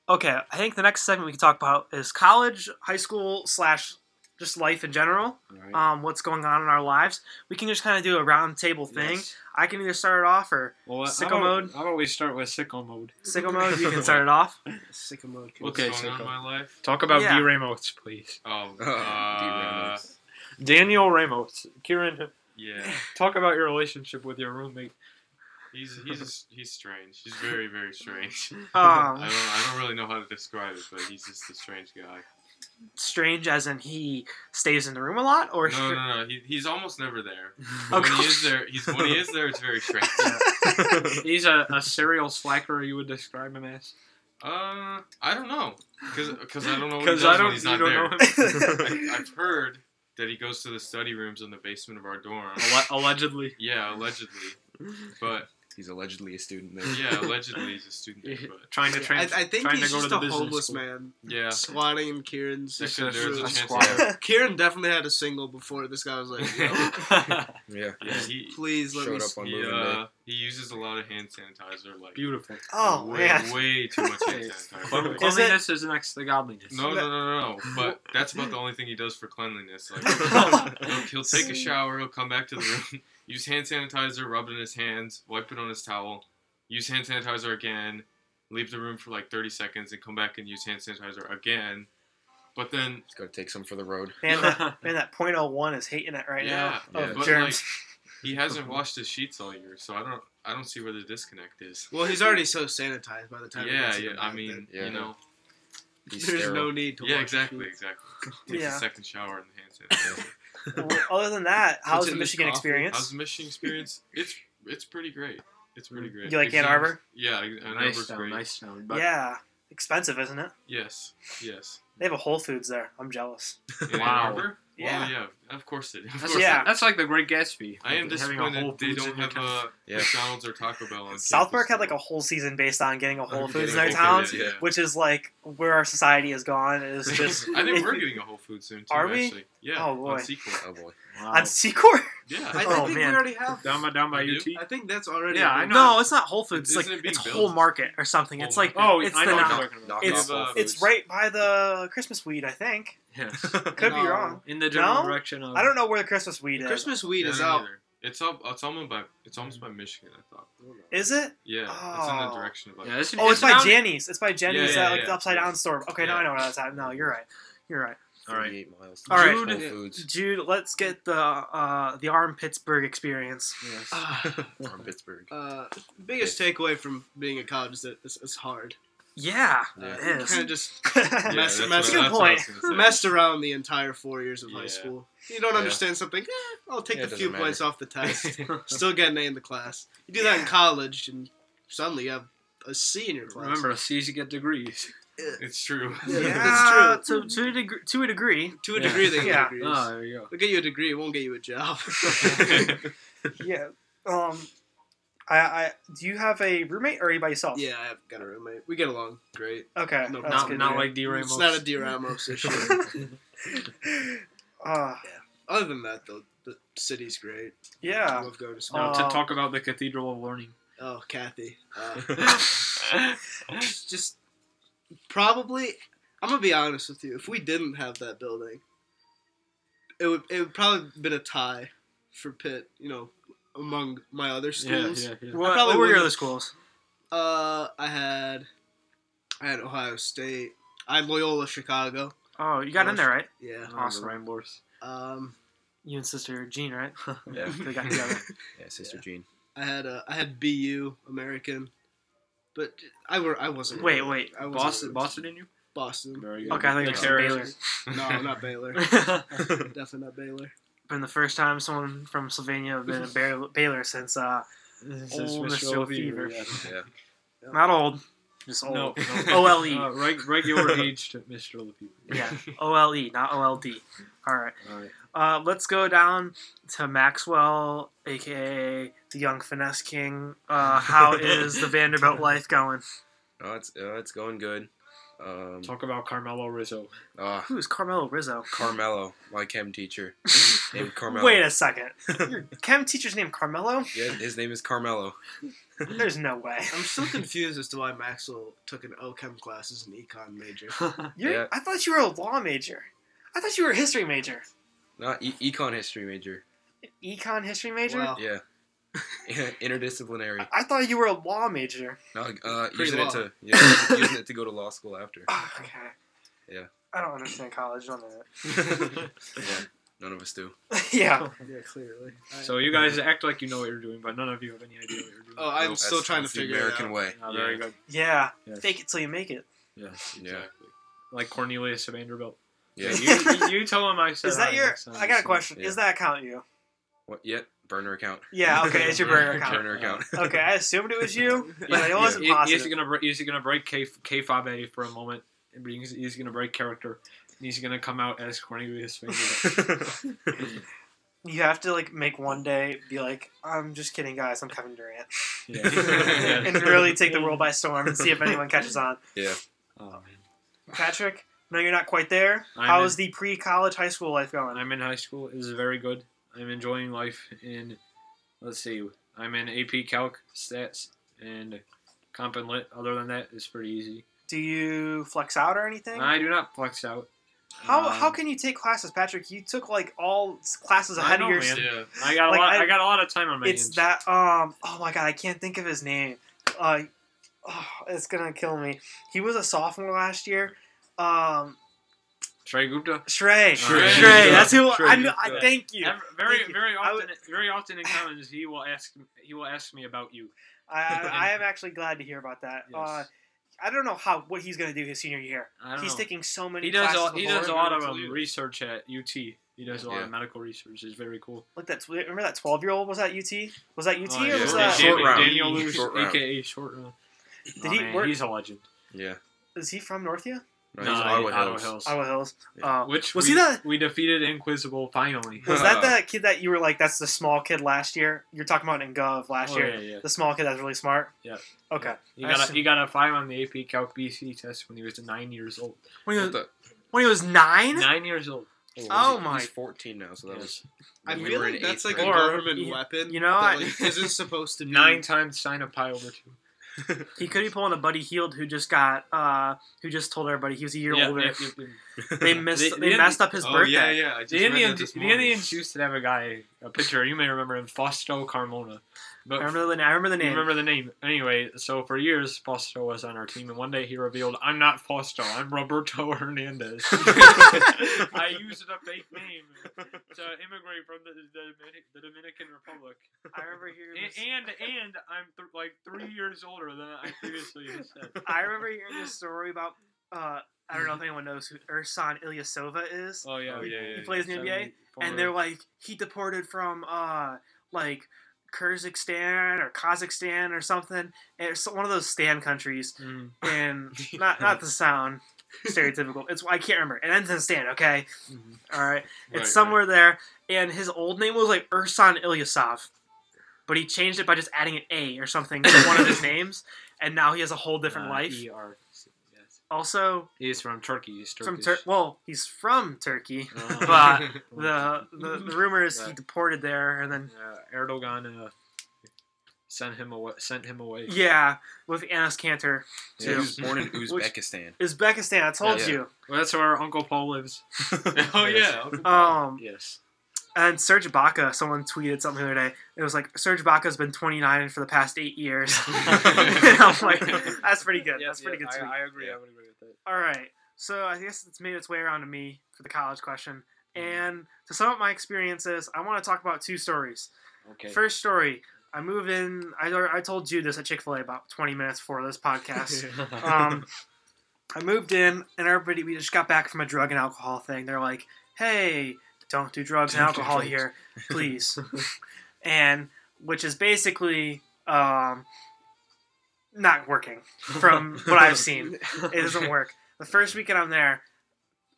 okay, I think the next segment we can talk about is college, high school, slash just life in general. All right. Um, what's going on in our lives? We can just kind of do a round table thing. Yes. I can either start it off or Well, Sicko sicko how mode. mode. About, how about we start with sicko mode? sicko mode. You can start it off. Sicko mode. What's Okay, going so on go. in my life? Talk about Yeah. D Ramos, please. Oh, D. uh, Reynolds. Daniel Ramos. Kieran, yeah. talk about your relationship with your roommate. He's he's he's strange. He's very very strange. I Um, don't I don't really know how to describe it, but he's just a strange guy. strange, as in he stays in the room a lot, or No no no. He, he's almost never there. Oh, But when he gosh. is there, he's when he is there, it's very strange. He's a, a serial slacker, you would describe him as. Uh, I don't know, cause 'cause I don't know what Oh, he Because does I don't, when he's you not don't there. know him. I, I've heard that he goes to the study rooms in the basement of our dorm. Alle- allegedly. yeah, allegedly. But He's allegedly a student there. yeah, allegedly he's a student. There, but Trying to Yeah, trans- I, I think trying he's to go to just the a business homeless school. man yeah, swatting in Kieran's. There could- there's a room. chance. squad. that- Kieran definitely had a single before this guy was like, Yo, Yeah. Yeah, he please let Showed me. up s- on he, moving day. uh, he uses a lot of hand sanitizer. Like Beautiful. Oh way, man. way too much Clean- hand sanitizer. Is it- Cleanliness is next to godliness. No, no, no, no, no. But that's about the only thing he does for cleanliness. Like he'll, he'll take a shower, he'll come back to the room, use hand sanitizer, rub it in his hands, wipe it on his towel, use hand sanitizer again, leave the room for like 30 seconds, and come back and use hand sanitizer again. But then, He's got to take some for the road. Man, that, man, that .01 is hating it right now. Yeah, of but germs. like he hasn't washed his sheets all year, so I don't, I don't see where the disconnect is. Well, he's already so sanitized by the time. he Yeah, gets to yeah. the I bath mean, Yeah. you know, that He's there's sterile. no need to. yeah, wash exactly, sheets. exactly. Takes Yeah. a second shower and hand sanitizer. Well, other than that, how's the in his Michigan coffee? experience? How's the Michigan experience? It's it's pretty great. It's pretty great. You like Ann Exams- Arbor? Yeah, Ann Mm. nice Arbor's town, great. nice town. But yeah, expensive, isn't it? Yes, yes. They have a Whole Foods there. I'm jealous. In Ann Wow. Arbor? Yeah. Well, yeah. Of course it. Of That's, course Yeah. that's like the Great Gatsby. I am Having a Whole disappointed they Foods don't in your have town. a Yeah. McDonald's or Taco Bell. On South Park had campus like a whole season based on getting a Whole anymore. Foods in getting their a Whole town, Foods, towns? which is like where our society has gone. Is just I think if- we're getting a Whole Foods soon too. Are we? Actually. Yeah. Oh, On boy. sequel. Oh boy. Wow. on Secor. I, Yeah. th- Oh, think man. we already have. down by down by You UT. I think that's already. Yeah, I I know. No, it's not Whole Foods. Isn't Like it being it's built? whole market or something. It's like Oh, it's I the know what knock- you're talking about. Knock It's- off all it's foods. right by the Christmas weed. I think Yes. could be No. wrong. In the general No? direction of. I don't know where the Christmas weed is. Christmas weed Yeah, is me out. neither. It's up. It's almost by. It's almost by Michigan. I thought. Is it? Yeah. It's in Oh. the direction of. Like, Yeah, this Oh, it's by down- Jenny's. It's by Jenny's. yeah, that, like yeah. the upside down store. Okay, now Yeah. I know what I was at. No, you're right. You're right. All right. 38 miles. All right. Whole Dude. Foods. Jude, let's get the uh, the arm Pittsburgh experience. Yes. Ah, From Pittsburgh. uh, biggest takeaway from being a college is that it's, it's hard. Yeah, Yeah. it is. Kind of just Yeah, that's Mess- mess- what I- Good that's what I was gonna say. messed around the entire four years of high Yeah. school. You don't Yeah. understand something. eh, I'll take Yeah, it the few doesn't points off the test. Still get an A in the class. You do that in college, and suddenly you have a C in your class. Remember, a C's you get degrees. It's true. Yeah, yeah, it's true. To, to, a degree, to a degree. to a Yeah. degree, they get Yeah. degrees. Oh, there you go. They'll get you a degree. It won't get you a job. Yeah. Um, I, I do you have a roommate or are you by yourself? yeah, I've got a roommate. We get along great. Okay. No, that's not good not to like D Ramos. It's not a D Ramos issue. hear. uh, Other than that, though, the city's great. I yeah. love going to school. no, Uh, to talk about the Cathedral of Learning. oh, Kathy. Uh, Ah. it's just probably I'm gonna be honest with you. If we didn't have that building, it would it would probably been a tie for Pitt. You know, among my other Yeah, schools. yeah, yeah. What, probably what were your wouldn't- other schools? Uh, I had I had Ohio State. I had Loyola Chicago. Oh, you got in there, right? Yeah. Awesome. Awesome. Rainbows. Um, You and sister Jean, right? Yeah. They got together. Yeah, Sister Jean. I had uh, I had BU American, but I were I wasn't. Wait, wait. I wasn't Boston, really- Boston in you? Boston. Very Okay, I think Nick it's Baylor. Harris. No, not Baylor. Baylor. Definitely not Baylor. Been the first time someone from Sylvania have been a Baylor, Baylor since uh, This is Old Mr. Mr. Fever. Fever. yes. Yeah. not old, just old. No, no. OLE. Uh, reg- regular aged Mr. Fever. E. Yeah, OLE, not OLD. All right. All right. Uh, let's go down to Maxwell, aka the Young Finesse King. Uh, how is the Vanderbilt life going? No, it's uh, it's going good. Um, Talk about Carmelo Rizzo. ah, Who's Carmelo Rizzo? Carmelo, my chem teacher, named Carmelo. Wait a second. Your chem teacher's name Carmelo? yeah, his name is Carmelo. There's no way. I'm still confused as to why Maxwell took an OChem class as an econ major. You're, Yeah. I thought you were a law major. I thought you were a history major. Not e- econ history major. Econ history major? Wow. Yeah, interdisciplinary. I thought you were a law major. No, uh, Pre-law. using it to yeah, using it to go to law school after. Ah, okay. Yeah. I don't understand college. Don't do Yeah, none of us do. it. yeah. Yeah, clearly. I- So you guys act like you know what you're doing, but none of you have any idea what you're doing. oh, I'm No, still that's- trying to that's figure the it American out. way. Oh, very good. Yeah. Yes. Fake it till you make it. Yes. Yeah, Exactly. Like Cornelius Vanderbilt. yeah. You, you, you tell him I said. Is that hi your? next time I got you a see question. Yeah. Is that count you? What? Yet burner account. Yeah. Okay. It's your burner account. Burner account. Okay. I assumed it was you, him. but it wasn't He- he's positive. gonna break. He's gonna break K K five A for a moment. He's, he's gonna break character. and he's gonna come out as Cornelius Fingers. You have to like make one day be like, I'm just kidding, guys. I'm Kevin Durant, yeah. Yeah. and really take the world by storm and see if anyone catches on. Oh, man. Patrick, no, you're not quite there. I'm How in- is the pre-college high school life going? I'm in high school. It is very good. I'm enjoying life in, let's see, I'm in AP Calc, Stats, and Comp and Lit. Other than that, it's pretty easy. Do you flex out or anything? I do not flex out. How, Um, how can you take classes, Patrick? You took like all s- classes I ahead know, of yours. man. Yeah. I got a like, lot. I- I, got a lot of time on my It's hands. that um. Oh my god, I can't think of his name. Uh, oh, it's gonna kill me. He was a sophomore last year. Um, Trey Gupta. Shrey. Shrey. Shrey. That's who. Shrey, I know. I yeah. thank you. Ev- Very, Thank you. very I often, very often in comments, he will ask. He will ask me about you. I, I I am actually glad to hear about that. Yes. Uh, I don't know how what he's gonna do his senior year. I don't He's know. taking so many. He does. classes A, he before. does a lot of Before- um, research at UT. He does a lot Yeah. of medical research. It's very cool. Like that. Remember that twelve year old was that UT? Was that UT Oh, or yeah. was Short that? Short round. Daniel Lewis, Short round. aka Short Round. uh, Oh, Did he man, work- He's a legend. yeah. Is he from Northview? No, No, he's Ottawa, Ottawa Hills. Hills. Iowa Hills. Yeah. Uh, Which Was we, he the- we defeated Inquisible finally. was that that kid that you were like, that's the small kid last year? You're talking about in Gov last Oh, year. yeah, yeah. The small kid that's really smart. Yeah. Okay. He got, a, Awesome. he got a five on the AP Calc BC test when he was nine years old. When he was, What the- oh, when he was nine. Nine years old. Oh he's- my- He's 14 now, so that Yes. was. I when we feel were like in that's eighth like a grade. Or- government you- weapon. you know, that, I- like, isn't supposed to be Nine times sign a pie over two. He could be pulling a Buddy Heald who just got uh who just told everybody he was a year Yeah, older. yeah, yeah, yeah. They missed. The- They, the- messed up his oh birthday. yeah, yeah. I just The read that Indians, this the morning. Indians used to have a guy, a pitcher. You may remember him, Fausto Carmona. But I remember the. I remember the You name. remember the name. Anyway, so for years, Fausto was on our team, and one day he revealed, I'm not Fausto, I'm Roberto Hernandez. I used a fake name to immigrate from the, the, Dominic- the Dominican Republic. I remember hearing. And This, and, and I'm th- like three years older than I previously had said. I remember hearing this story about. uh I don't know if anyone knows who Ersan Ilyasova is, Oh, yeah. Oh, yeah, yeah, He yeah. plays in the NBA, and they're like he deported from uh like Kyrgyzstan or Kazakhstan or something. It's one of those Stan countries, Mm. and not not to sound stereotypical. It's I can't remember. It ends in Stan. Okay, Mhm. all right. Right, right. It's somewhere there, and his old name was like Ursan Ilyasov, but he changed it by just adding an A or something to one of his names, and now he has a whole different Uh, life. ER. Yes. Also, He's from Turkey. He's Turkish. from Tur- well, he's from Turkey. Oh. But the the, the rumor is he Right. deported there, and then uh, Erdogan uh, sent him away. Sent him away. yeah, with Anas Cantor, Yeah, he too. was born in Uzbekistan. Uzbekistan. I told Yeah. you. Well, that's where Uncle Paul lives. Oh Yes. yeah. Um, Yes. and Serge Ibaka. Someone tweeted something the other day. It was like Serge Ibaka's been 29 for the past eight years. and I'm like, that's pretty good. that's pretty good. tweet. I, I agree. Yeah. I would agree with that. All right. So I guess it's made its way around to me for the college question. Mm-hmm. And to sum up my experiences, I want to talk about two stories. Okay. First story I move in, I, I told you this at Chick fil A about 20 minutes before this podcast. um, I moved in, and everybody, we just got back from a drug and alcohol thing. They're like, hey, don't do drugs and Don't do alcohol drugs." here, please. and which is basically um, not working from what I've seen it doesn't work. The first weekend I'm there,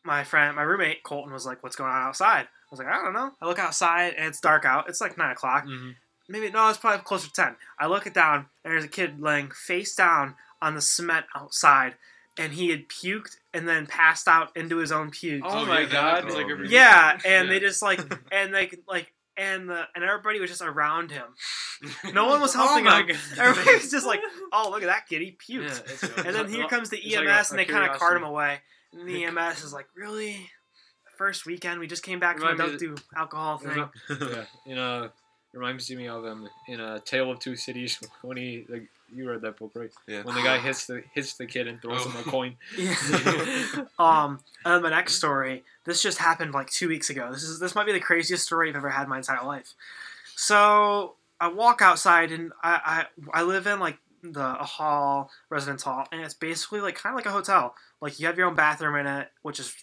my friend, my roommate Colton was like, "What's going on outside?" I was like, "I don't know." I look outside and it's dark out. It's like nine o'clock. Mhm. Maybe no, it's probably closer to ten. I look it down and there's a kid laying face down on the cement outside, and he had puked and then passed out into his own puke. Oh yeah, my that God. happens, like, every yeah, weekend. and they Yeah. just like and like like and the and everybody was just around him. No one was Oh helping my him. god. Everybody was just like, "Oh, look at that kid, he puked." Yeah, it's- And then here comes the It's like EMS, a- and a they kind of cart curiosity. him away. And the EMS is like, "Really? First weekend, we just came back from a Remind me don't do alcohol There's thing." a- yeah, in a reminds me of um in a Tale of Two Cities when he like you read that book right Yeah. when the guy hits the hits the kid and throws him a Oh. coin. um, and then my next story. This just happened like two weeks ago. This is this might be the craziest story I've ever had in my entire life. So I walk outside, and I I, I live in like the a hall residence hall, and it's basically like kind of like a hotel. Like you have your own bathroom in it, which is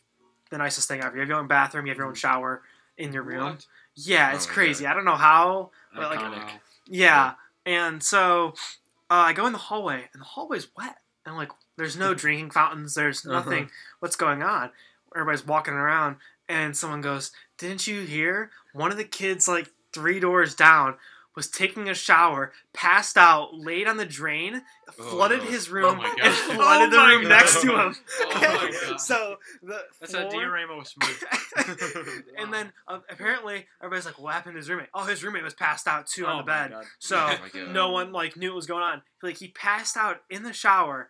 the nicest thing ever. You have your own bathroom, you have your own shower in your room. What? Yeah, Mm-hmm. Oh it's my crazy. I don't know how. But, Oh, like, Iconic. Yeah. And so uh, I go in the hallway, and the hallway's wet. And like, there's no drinking fountains. There's Uh-huh. nothing. What's going on? everybody's walking around, and someone goes, "Didn't you hear? One of the kids, like three doors down." Was taking a shower, passed out, laid on the drain, flooded no. his Oh room, my and God. flooded the Oh my room next to God. him. Oh my god. so the That's floor, a diorama with smooth. and then uh, apparently everybody's like, "What happened to his roommate?" Oh, his roommate was passed out too on Oh the my bed. God. So Oh my God. no one like knew what was going on. Like he passed out in the shower.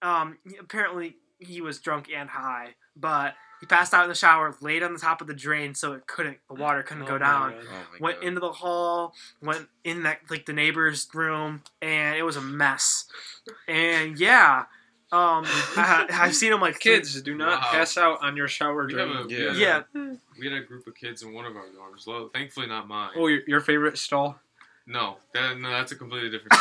Um, he- apparently he was drunk and high, but he passed out in the shower, laid on the top of the drain, so it couldn't the water couldn't Oh go my down. God. Oh my Went God. into the hall, went in that like the neighbor's room, and it was a mess. And yeah, um, I, I've seen him like three- Kids, do not Wow. pass out on your shower We have drain. a we Yeah. had a- Yeah, we had a group of kids in one of our dorms. Well, thankfully not mine. Oh, your, your favorite stall? No, that, no, that's a completely different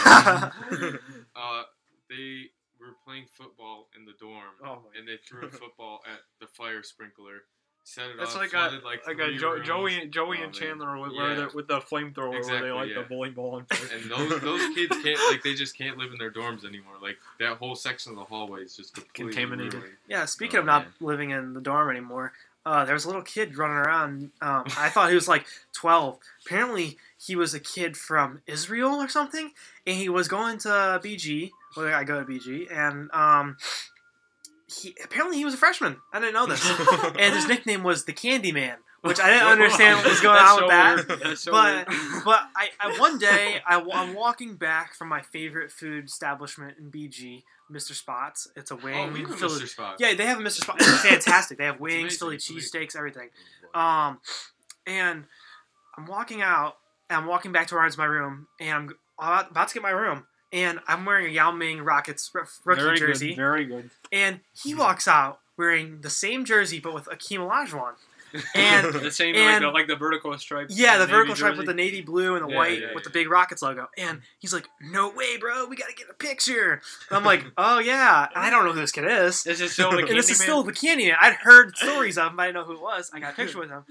story. uh, they were playing football in the dorm, Oh and they threw a football at the fire sprinkler. Set it That's off. like a flooded, like, like a three jo- rooms. Joey Joey Oh, man. and Chandler with, Yeah. where they with the flamethrower where Exactly, they like yeah. the bowling ball. And And those those kids can't like they just can't live in their dorms anymore. Like that whole section of the hallway is just completely Contaminated. ruined. Yeah, speaking Oh, of not man. living in the dorm anymore, uh, there was a little kid running around. Um, I thought he was like 12. Apparently, he was a kid from Israel or something, and he was going to BG. Well, I go to BG, and um, he apparently he was a freshman. I didn't know this, and his nickname was the Candy Man, which I didn't understand what was going That's on so with that weird. That's so but weird. but I, I one day I, am walking back from my favorite food establishment in BG, Mr. Spots. It's a Oh, wing. we were Philly- Mr. Spot. Yeah, they have a Mr. Spots. It's fantastic. They have wings, amazing. Philly It's amazing. cheesesteaks, everything. Um, and I'm walking out. And I'm walking back towards my room, and I'm about, about to get my room. And I'm wearing a Yao Ming Rockets r- rookie very jersey. Good, very good. And he walks out wearing the same jersey, but with Akeem Olajuwon. And The same And- like, the, like the vertical stripe. Yeah, the navy vertical stripe jersey. with the navy blue and the Yeah, white yeah, with the yeah. big Rockets logo. And he's like, "No way, bro. We gotta get a picture." And I'm like, "Oh yeah, And I don't know who this kid is." This is still the And this Candyman. is still the Candyman. I'd heard stories of him. but I didn't know who it was. I got a picture with him,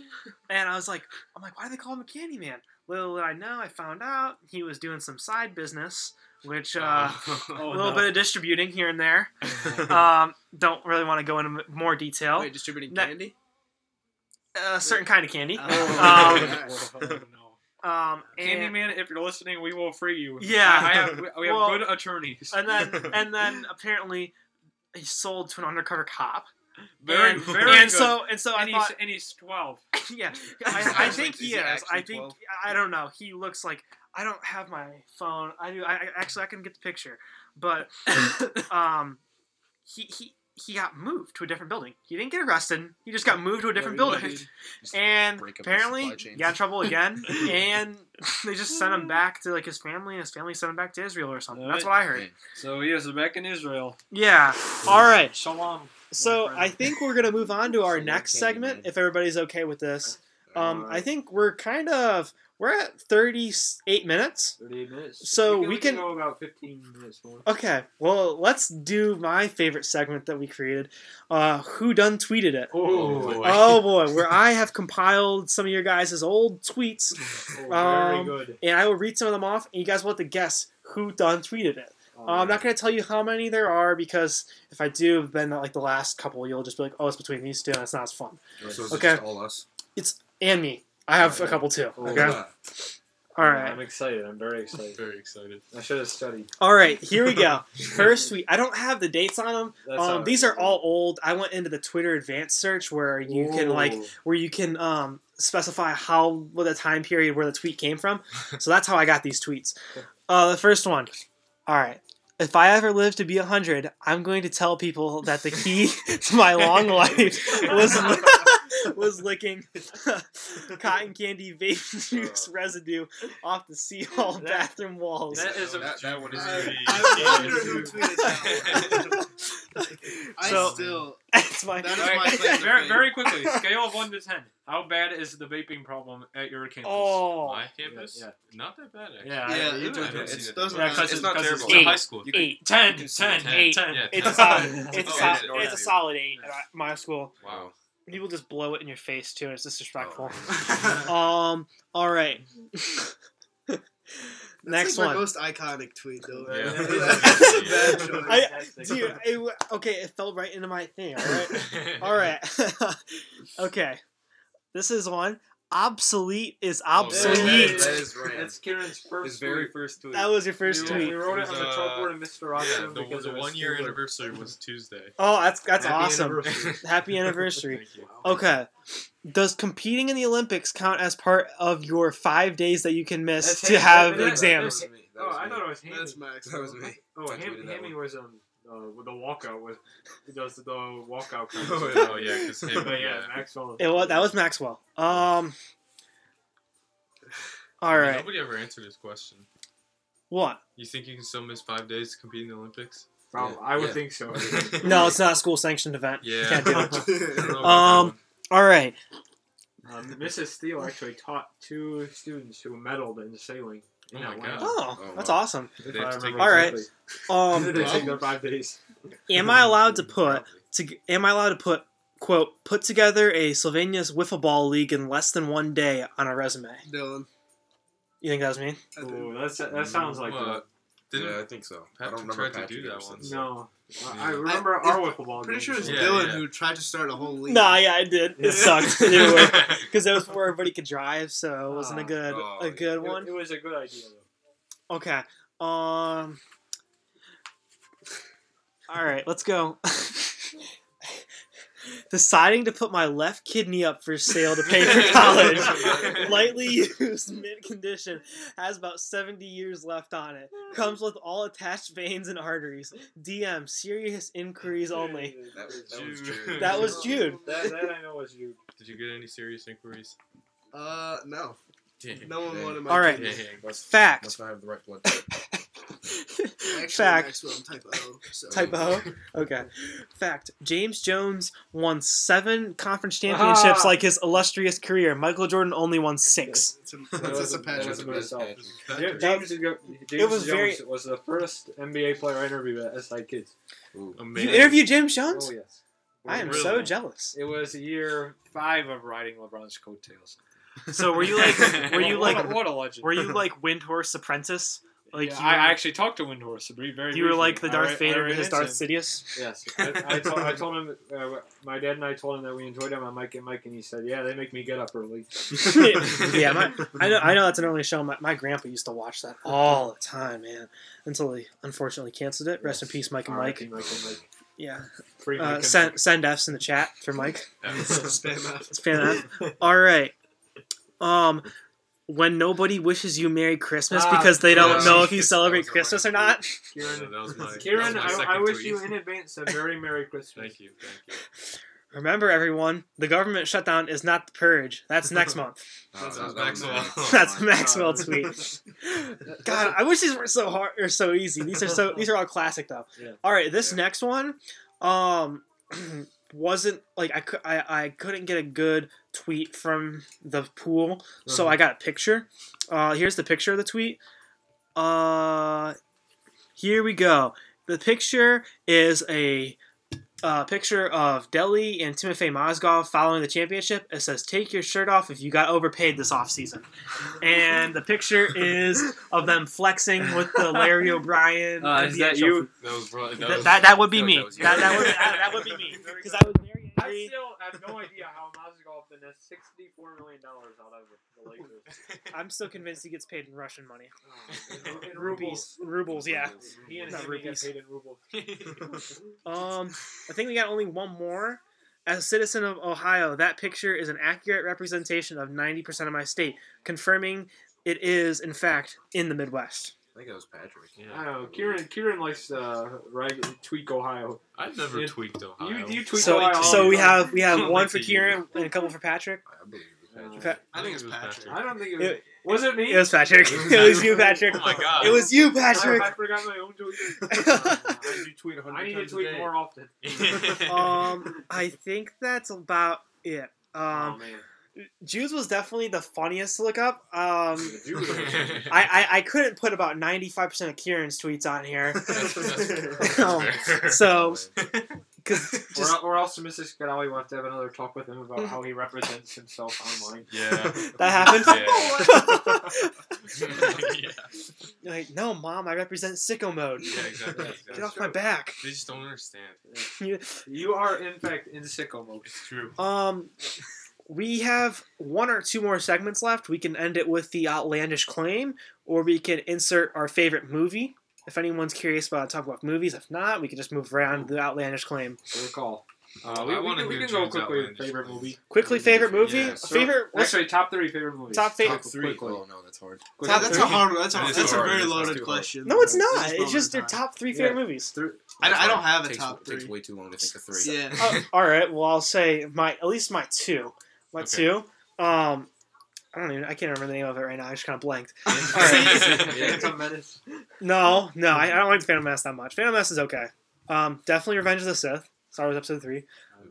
and I was like, "I'm like, why do they call him a Candyman?" Little did I know, I found out he was doing some side business, which uh, Oh. a little no. bit of distributing here and there. Um, don't really want to go into m- more detail. Wait, distributing That- candy? A certain kind of candy. Uh, Oh, Um, alright. no. Um, and- Candyman, if you're listening, we will free you. Yeah. I, I have, we, we have Well, good attorneys. and then and then apparently he sold to an undercover cop. Very, and, very and good. so and so I and, he's, thought, and he's 12. yeah, Is I, he I think actually- he is he is. I actually think 12? I don't know. He looks like I don't have my phone. I do. I, I actually I can get the picture, but um, he he. He got moved to a different building. He didn't get arrested. He just got moved to a different Very building. good. Just And break up the apparently, supply chains. he got in trouble again. and they just sent him back to like his family, and his family sent him back to Israel or something. That's what I heard. So he is back in Israel. Yeah. All right. Shalom. So friend. I think we're gonna move on to our So next we're candy segment, man. if everybody's okay with this. Um, I Alright. think we're kind of we're at thirty-eight minutes. 38 minutes. So we we can- go about 15 minutes more. Okay, well let's do my favorite segment that we created. Uh, Who done tweeted it? Oh, boy. Oh boy, where I have compiled some of your guys' old tweets, um, oh, very good. and I will read some of them off, and you guys will have to guess who done tweeted it. Oh, Uh, I'm not going to tell you how many there are because if I do, then like the last couple, you'll just be like, "Oh, it's between these two, and it's not as fun." So is it Oh, Okay. just all us? and me. I have a couple too. Oh, Okay. Ah, All I'm right. excited. I'm very excited. Very excited. I should have studied. All right. Here we go. First tweet. I don't have the dates on them. That's Um, how- these are all old. I went into the Twitter advanced search where you can like Whoa. where you can um, specify how what the time period where the tweet came from. So that's how I got these tweets. Uh, the first one. All right. If I ever live to be 100, I'm going to tell people that the key to my long life was was licking cotton candy vape juice residue off the seawall That- bathroom walls. That is a- that, that one is I, good. I wonder who tweeted that one. I So- still. That's my. That is Alright, my favorite very, thing. very quickly, scale of 1 to 10. How bad is the vaping problem at your campus? oh, My campus, yeah. not that bad actually. Yeah, Yeah, I- it I does. haven't seen It it. doesn't. Yeah, 'cause matter. it's it's- not 'cause terrible. it's It's a Eight. high school. You could- eight. Ten, You can see ten, the eight, ten. ten. Yeah, It's a ten. solid. Oh, It's a yeah, solid. yeah. It's a solid eight at my school. Wow. People just blow it in your face Oh. Um, too, and it's disrespectful. Oh. Um. All right. Next like one. My most iconic tweet though. Right? Yeah. That's a bad choice. I- Dude, it, w- okay, it fell right into my thing. All right. All right. okay. This is one. Obsolete is Oh, that obsolete. is- that That's Karen's first. His very tweet. first tweet. that was your first we, tweet. We wrote it on the Uh, chalkboard in Mr. Yeah, Austin the, because the it was one year stupid. anniversary was Tuesday. Oh, that's that's Happy awesome. anniversary. Happy anniversary. Thank you. Okay. Does competing in the Olympics count as part of your five days that you can miss That's to it. have That- that- exams? that- me. That Oh, was I me. thought it was Hammy. That's Max. That was me. Oh, I tweeted Ham, that Hammy one. was um uh, with the walkout with he does the, the walkout. Oh, Oh yeah, because but yeah, Maxwell. It was, that was Maxwell. Um. All right. Nobody ever answered this question. What? You think you can still miss five days to compete in the Olympics? Well, I would Yeah. think so. No, it's not a school sanctioned event. Yeah. Can't do it. I don't know about that Um, one. All right. um, Mrs. Steele actually taught two students who medaled in sailing. Oh Yeah, my why not? god. Oh, Oh, that's wow. awesome. If They have I to take remember All right. correctly. Um, they take their five days. am I allowed to put to am I allowed to put quote put together a Sylvania's wiffle ball league in less than one day on a resume? Dylan. You think that was me? I think- Ooh, that's, that sounds like Well, Yeah, Didn't I think so. I Patrick don't remember tried to do Patrick that ever one. since. the, no. I- I Yeah. remember I- our wiffle ball. Pretty game. sure it was Yeah, Dylan yeah. who tried to start a whole league. Nah, yeah, I did. Yeah. It sucked because that was before everybody could drive, so it wasn't a Ah, good oh, a yeah. good It- one. It was a good idea. Though. Okay. Um. All right, let's go. Deciding to put my left kidney up for sale to pay for college. lightly used mint condition has about 70 years left on it comes with all attached veins and arteries dm serious inquiries only That, that was Jude. Jude. That was Jude. That, that I know was Jude. Did you get any serious inquiries? Uh, no. Damn. No one wanted my. All right. kidneys. Dang. Must, fact must not have the right blood type. Actually, fact Maxwell and type O. So. typo okay fact james jones won seven conference championships Ah. like his illustrious career michael jordan only won six It's a, that's a That Patrick. was the best Patrick. Patrick. Ja- Patrick. James, James was Jones very- was the first NBA player I interviewed at SI Kids. Ooh. you Amazing. interviewed james jones Oh yes. i am Really? so jealous It was year five of riding LeBron's coattails. so were you like- were you What a- like what a legend? were you like windhorse apprentice like yeah, you I were- actually talked to Windhorse very, very. you were briefly. like the I Darth re- I Vader and his convinced Darth him. Sidious. Yes, I, I, told, I told him. Uh, my dad and I told him that we enjoyed him on Mike and Mike, and he said, "Yeah, they make me get up early." yeah, my, I know. I know that's an early show. My, my grandpa used to watch that all the time, man. Until he unfortunately canceled it. Rest in peace, Mike and Alright, Mike. Mike and Mike. Yeah. Free Mike Uh, and send send F's in the chat for Mike. That was- Spam out. It's fan F. All right. Um, when nobody wishes you Merry Christmas Ah, because they don't yeah. know if you That celebrate was a Christmas or rant. not. Kieran, that was my- that was Kieran, my I, I second wish tweet. you in advance a very Merry Christmas. Thank you. Thank you. Remember, everyone, the government shutdown is not the purge. That's next month. Oh, That's that- was that was Maxwell. me. That's Oh my Maxwell God. tweet. God, I wish these were so hard or so easy. These are so these are all classic though. Yeah. All right, this Yeah. next one, um, wasn't like I, cou- I I couldn't get a good tweet from the pool, so I got a picture. Uh, here's the picture of the tweet. Uh, here we go. The picture is a uh, picture of Delhi and Timofey Mozgov following the championship. It says, "Take your shirt off if you got overpaid this offseason." And the picture is of them flexing with the Larry O'Brien. Uh, is NBA that show. you? That was bro- that, That, was- that, that would be that me. was you. That, that would that, that would be me because I was very I angry. still have no idea how Mozgov then has sixty-four million dollars out of the Lakers I'm still convinced he gets paid in Russian money. in rubles. Rubles, yeah. He and Not him get rupees. paid in rubles. Um, I think we got only one more. As a citizen of Ohio, that picture is an accurate representation of 90% of my state, confirming it is, in fact, in the Midwest. I think that was Patrick. I Yeah. don't know. Kieran, Kieran likes uh, right tweak Ohio. I've never You- tweaked Ohio. You you tweak so, Ohio. all so the we time. have we have Don't one like for to Kieran and a couple for Patrick. I believe it was Uh, Patrick. Pat- I think it's it was Patrick. I don't think it was. It- was it me? It was Patrick. It was you, Patrick. Oh my god. It was you, I, Patrick. I forgot my own tweet. I do tweet I need to tweet more often. Um, I think that's about it. Um, man. Jews was definitely the funniest to look up. Um, You were the- I, I, I couldn't put about 95% of Kieran's tweets on here. That's- that's fair. Oh, That's fair. so- because just or, or else Mrs. Scanali will have to have another talk with him about how he represents himself online. Yeah. that happened. Yeah. yeah. You're like, no, mom, I represent sicko mode. Yeah, exactly. exactly. Get off my back. They just don't understand. You are in fact in sicko mode. It's true. Um, we have one or two more segments left. We can end it with the outlandish claim, or we can insert our favorite movie. If anyone's curious about talk about movies, if not, we can just move around the outlandish claim. Good call. I Uh, we, we, wanna can, we hear can go James quickly with Outlandish favorite please. movie. Quickly, favorite movie. Yeah, so- favorite. what's- Actually, top three favorite movies. Top fa- Top three. Quickly. Oh no, that's hard. Quickly. That's a hard. That's a, That is that's a hard. very That's loaded too hard. question. no, it's This is not. It's probably just their not. top three Yeah. favorite movies. Three- I, I don't have a takes, top Takes three. way too long to think of three. Yeah. Oh, all right. Well, I'll say my at least my two. My Okay. two. Um, I don't even. I can't remember the name of it right now. I just kind of blanked. All right. Phantom Menace. No, no, I, I don't like Phantom Menace that much. Phantom Menace is okay. Um, definitely Revenge of the Sith. Star Wars Episode Three.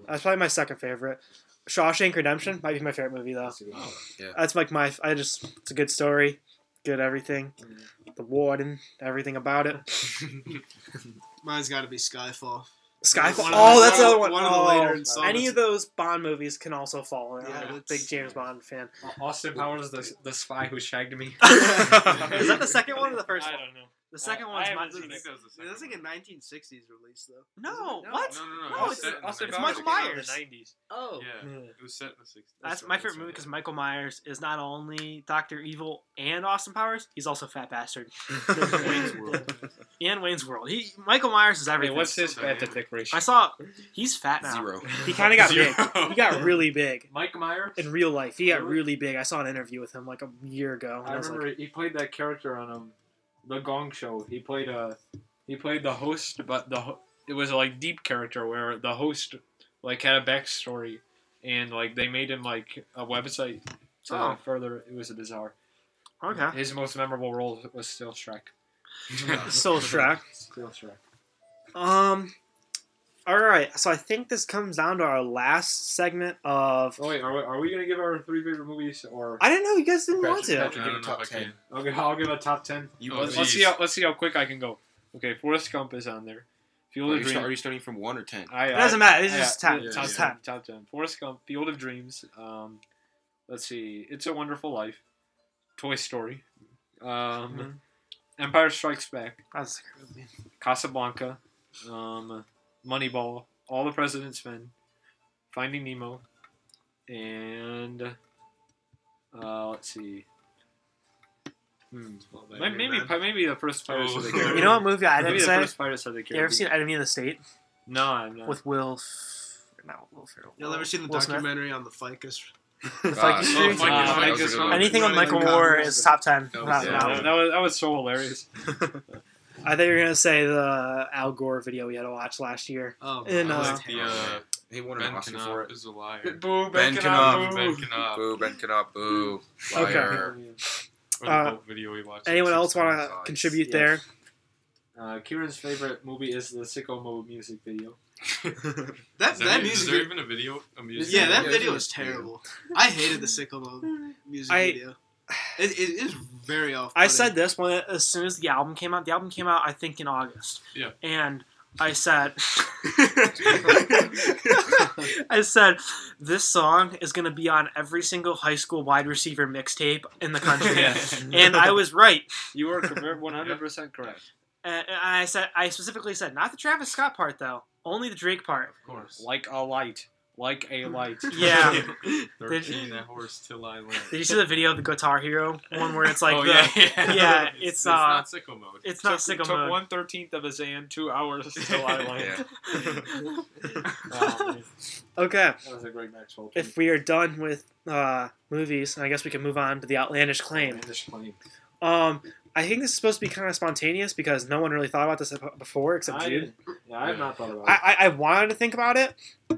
That's probably my second favorite. Shawshank Redemption might be my favorite movie though. Oh. That's like my. I just. It's a good story. Good everything. The warden, everything about it. Mine's got to be Skyfall. Skyfall. One of the- Oh, that's the one of other the- one. one of the later Oh, installments. any of those Bond movies can also fall. in. Yeah, I'm a that's- big James Bond fan. Austin Powers, the, the spy who shagged me. Is that the second one or the first one? don't know. The second I- one's I my. haven't seen I think that was the It second was like a one. 1960s release though. No, No, what? No, no, no. No, it was it's- set in the Michael Austin Powers 90s. came out in Myers. the 90s. Oh. Yeah. Yeah. It was set in the 60s. That's my favorite movie because Michael Myers is not only Doctor Evil and Austin Powers, he's also Fat Bastard Wayne's World. and Wayne's World. He Michael Myers is Wait, everything. what's his Sorry. fat to thick ratio? I saw he's fat now. Zero. He kind of got Zero. big. He got really big Mike Myers. in real life. He got Really? really big. I saw an interview with him like a year ago. And I, I was remember like, he played that character on um, the Gong Show. He played a, he played the host, but the ho- it was a, like deep character where the host like had a backstory, and like they made him like a website. To Oh. further, it was bizarre. okay, His most memorable role was still Shrek. still Shrek. Still Shrek. Um, all right. So I think this comes down to our last segment of. Oh wait, are we, are we gonna give our three favorite movies or? I didn't know you guys didn't want I to. Patrick, don't know Top if I can. ten. Okay, I'll give a top ten. You Oh, are Jeez. Let's see how let's see how quick I can go. Okay, Forrest Gump is on there. Fuel of you, Dreams. start, are you starting from one or ten? I, It I, doesn't matter. It's Yeah, just time. yeah, It's top just ten, time. Top ten. Forrest Gump, Field of Dreams. Um, let's see. It's a Wonderful Life. Toy Story. Um, Mm-hmm. Empire Strikes Back. That's a good movie. Casablanca. Um, Moneyball. All the President's Men. Finding Nemo. And uh, let's see. Hmm. Maybe maybe, Maybe. maybe the first Pirates of the Oh. Caribbean. You know what movie I didn't Maybe the say? first Pirates of the Caribbean. You ever seen Enemy of the State? No, I'm not. with Will. F- not Will Ferrell. Y'all ever seen the Will Smith. documentary on the ficus? The God. Ficus Tree? Oh, Ficus, Uh, Ficus, Ficus, Ficus. Anything with Running Michael Gunner. Moore is top ten. That was Not- it. not- Yeah, that was that was so hilarious. I thought you were gonna say the Al Gore video we had to watch last year. Oh. In, that was uh, terrible. The, uh, He won an ben Oscar for Knopf it. is a liar. Boo, Ben Cannot, Cannot. Ben boo. Knopf. Or Boo, Ben Knopf, boo. Okay. Liar. the Uh, Pope video we watched. Anyone else want to Size. contribute Yes. there? Uh, Kieran's favorite movie is the Sicko Mode music video. That, Is that, there, any- is music. there even a video? A music yeah, video? that Yeah, video it's was terrible. I hated the Sickle Mode music I- video. It, it is very off. I said this when as soon as the album came out. The album came out, I think, in August. Yeah. And I said, I said, this song is gonna be on every single high school wide receiver mixtape in the country, Yeah. and I was right. You were one hundred percent correct. And and I said, I specifically said, not the Travis Scott part though, only the Drake part. Of course. Like a light, like a light. Yeah. Thirteen that horse till I land. Did you see the video of the Guitar Hero one where it's like oh the, yeah, yeah. yeah, it's, it's uh, not sicko mode. it's not took, sicko took mode. one thirteenth of a Zan, two hours till I land. Yeah. Oh, man. okay, that was a great match. Well, if we are done with uh, movies, I guess we can move on to the outlandish claim. Outlandish claim. Um, I think this is supposed to be kind of spontaneous because no one really thought about this ab- before except I Jude. didn't- Yeah, I have not thought about it. I, I, I wanted to think about it.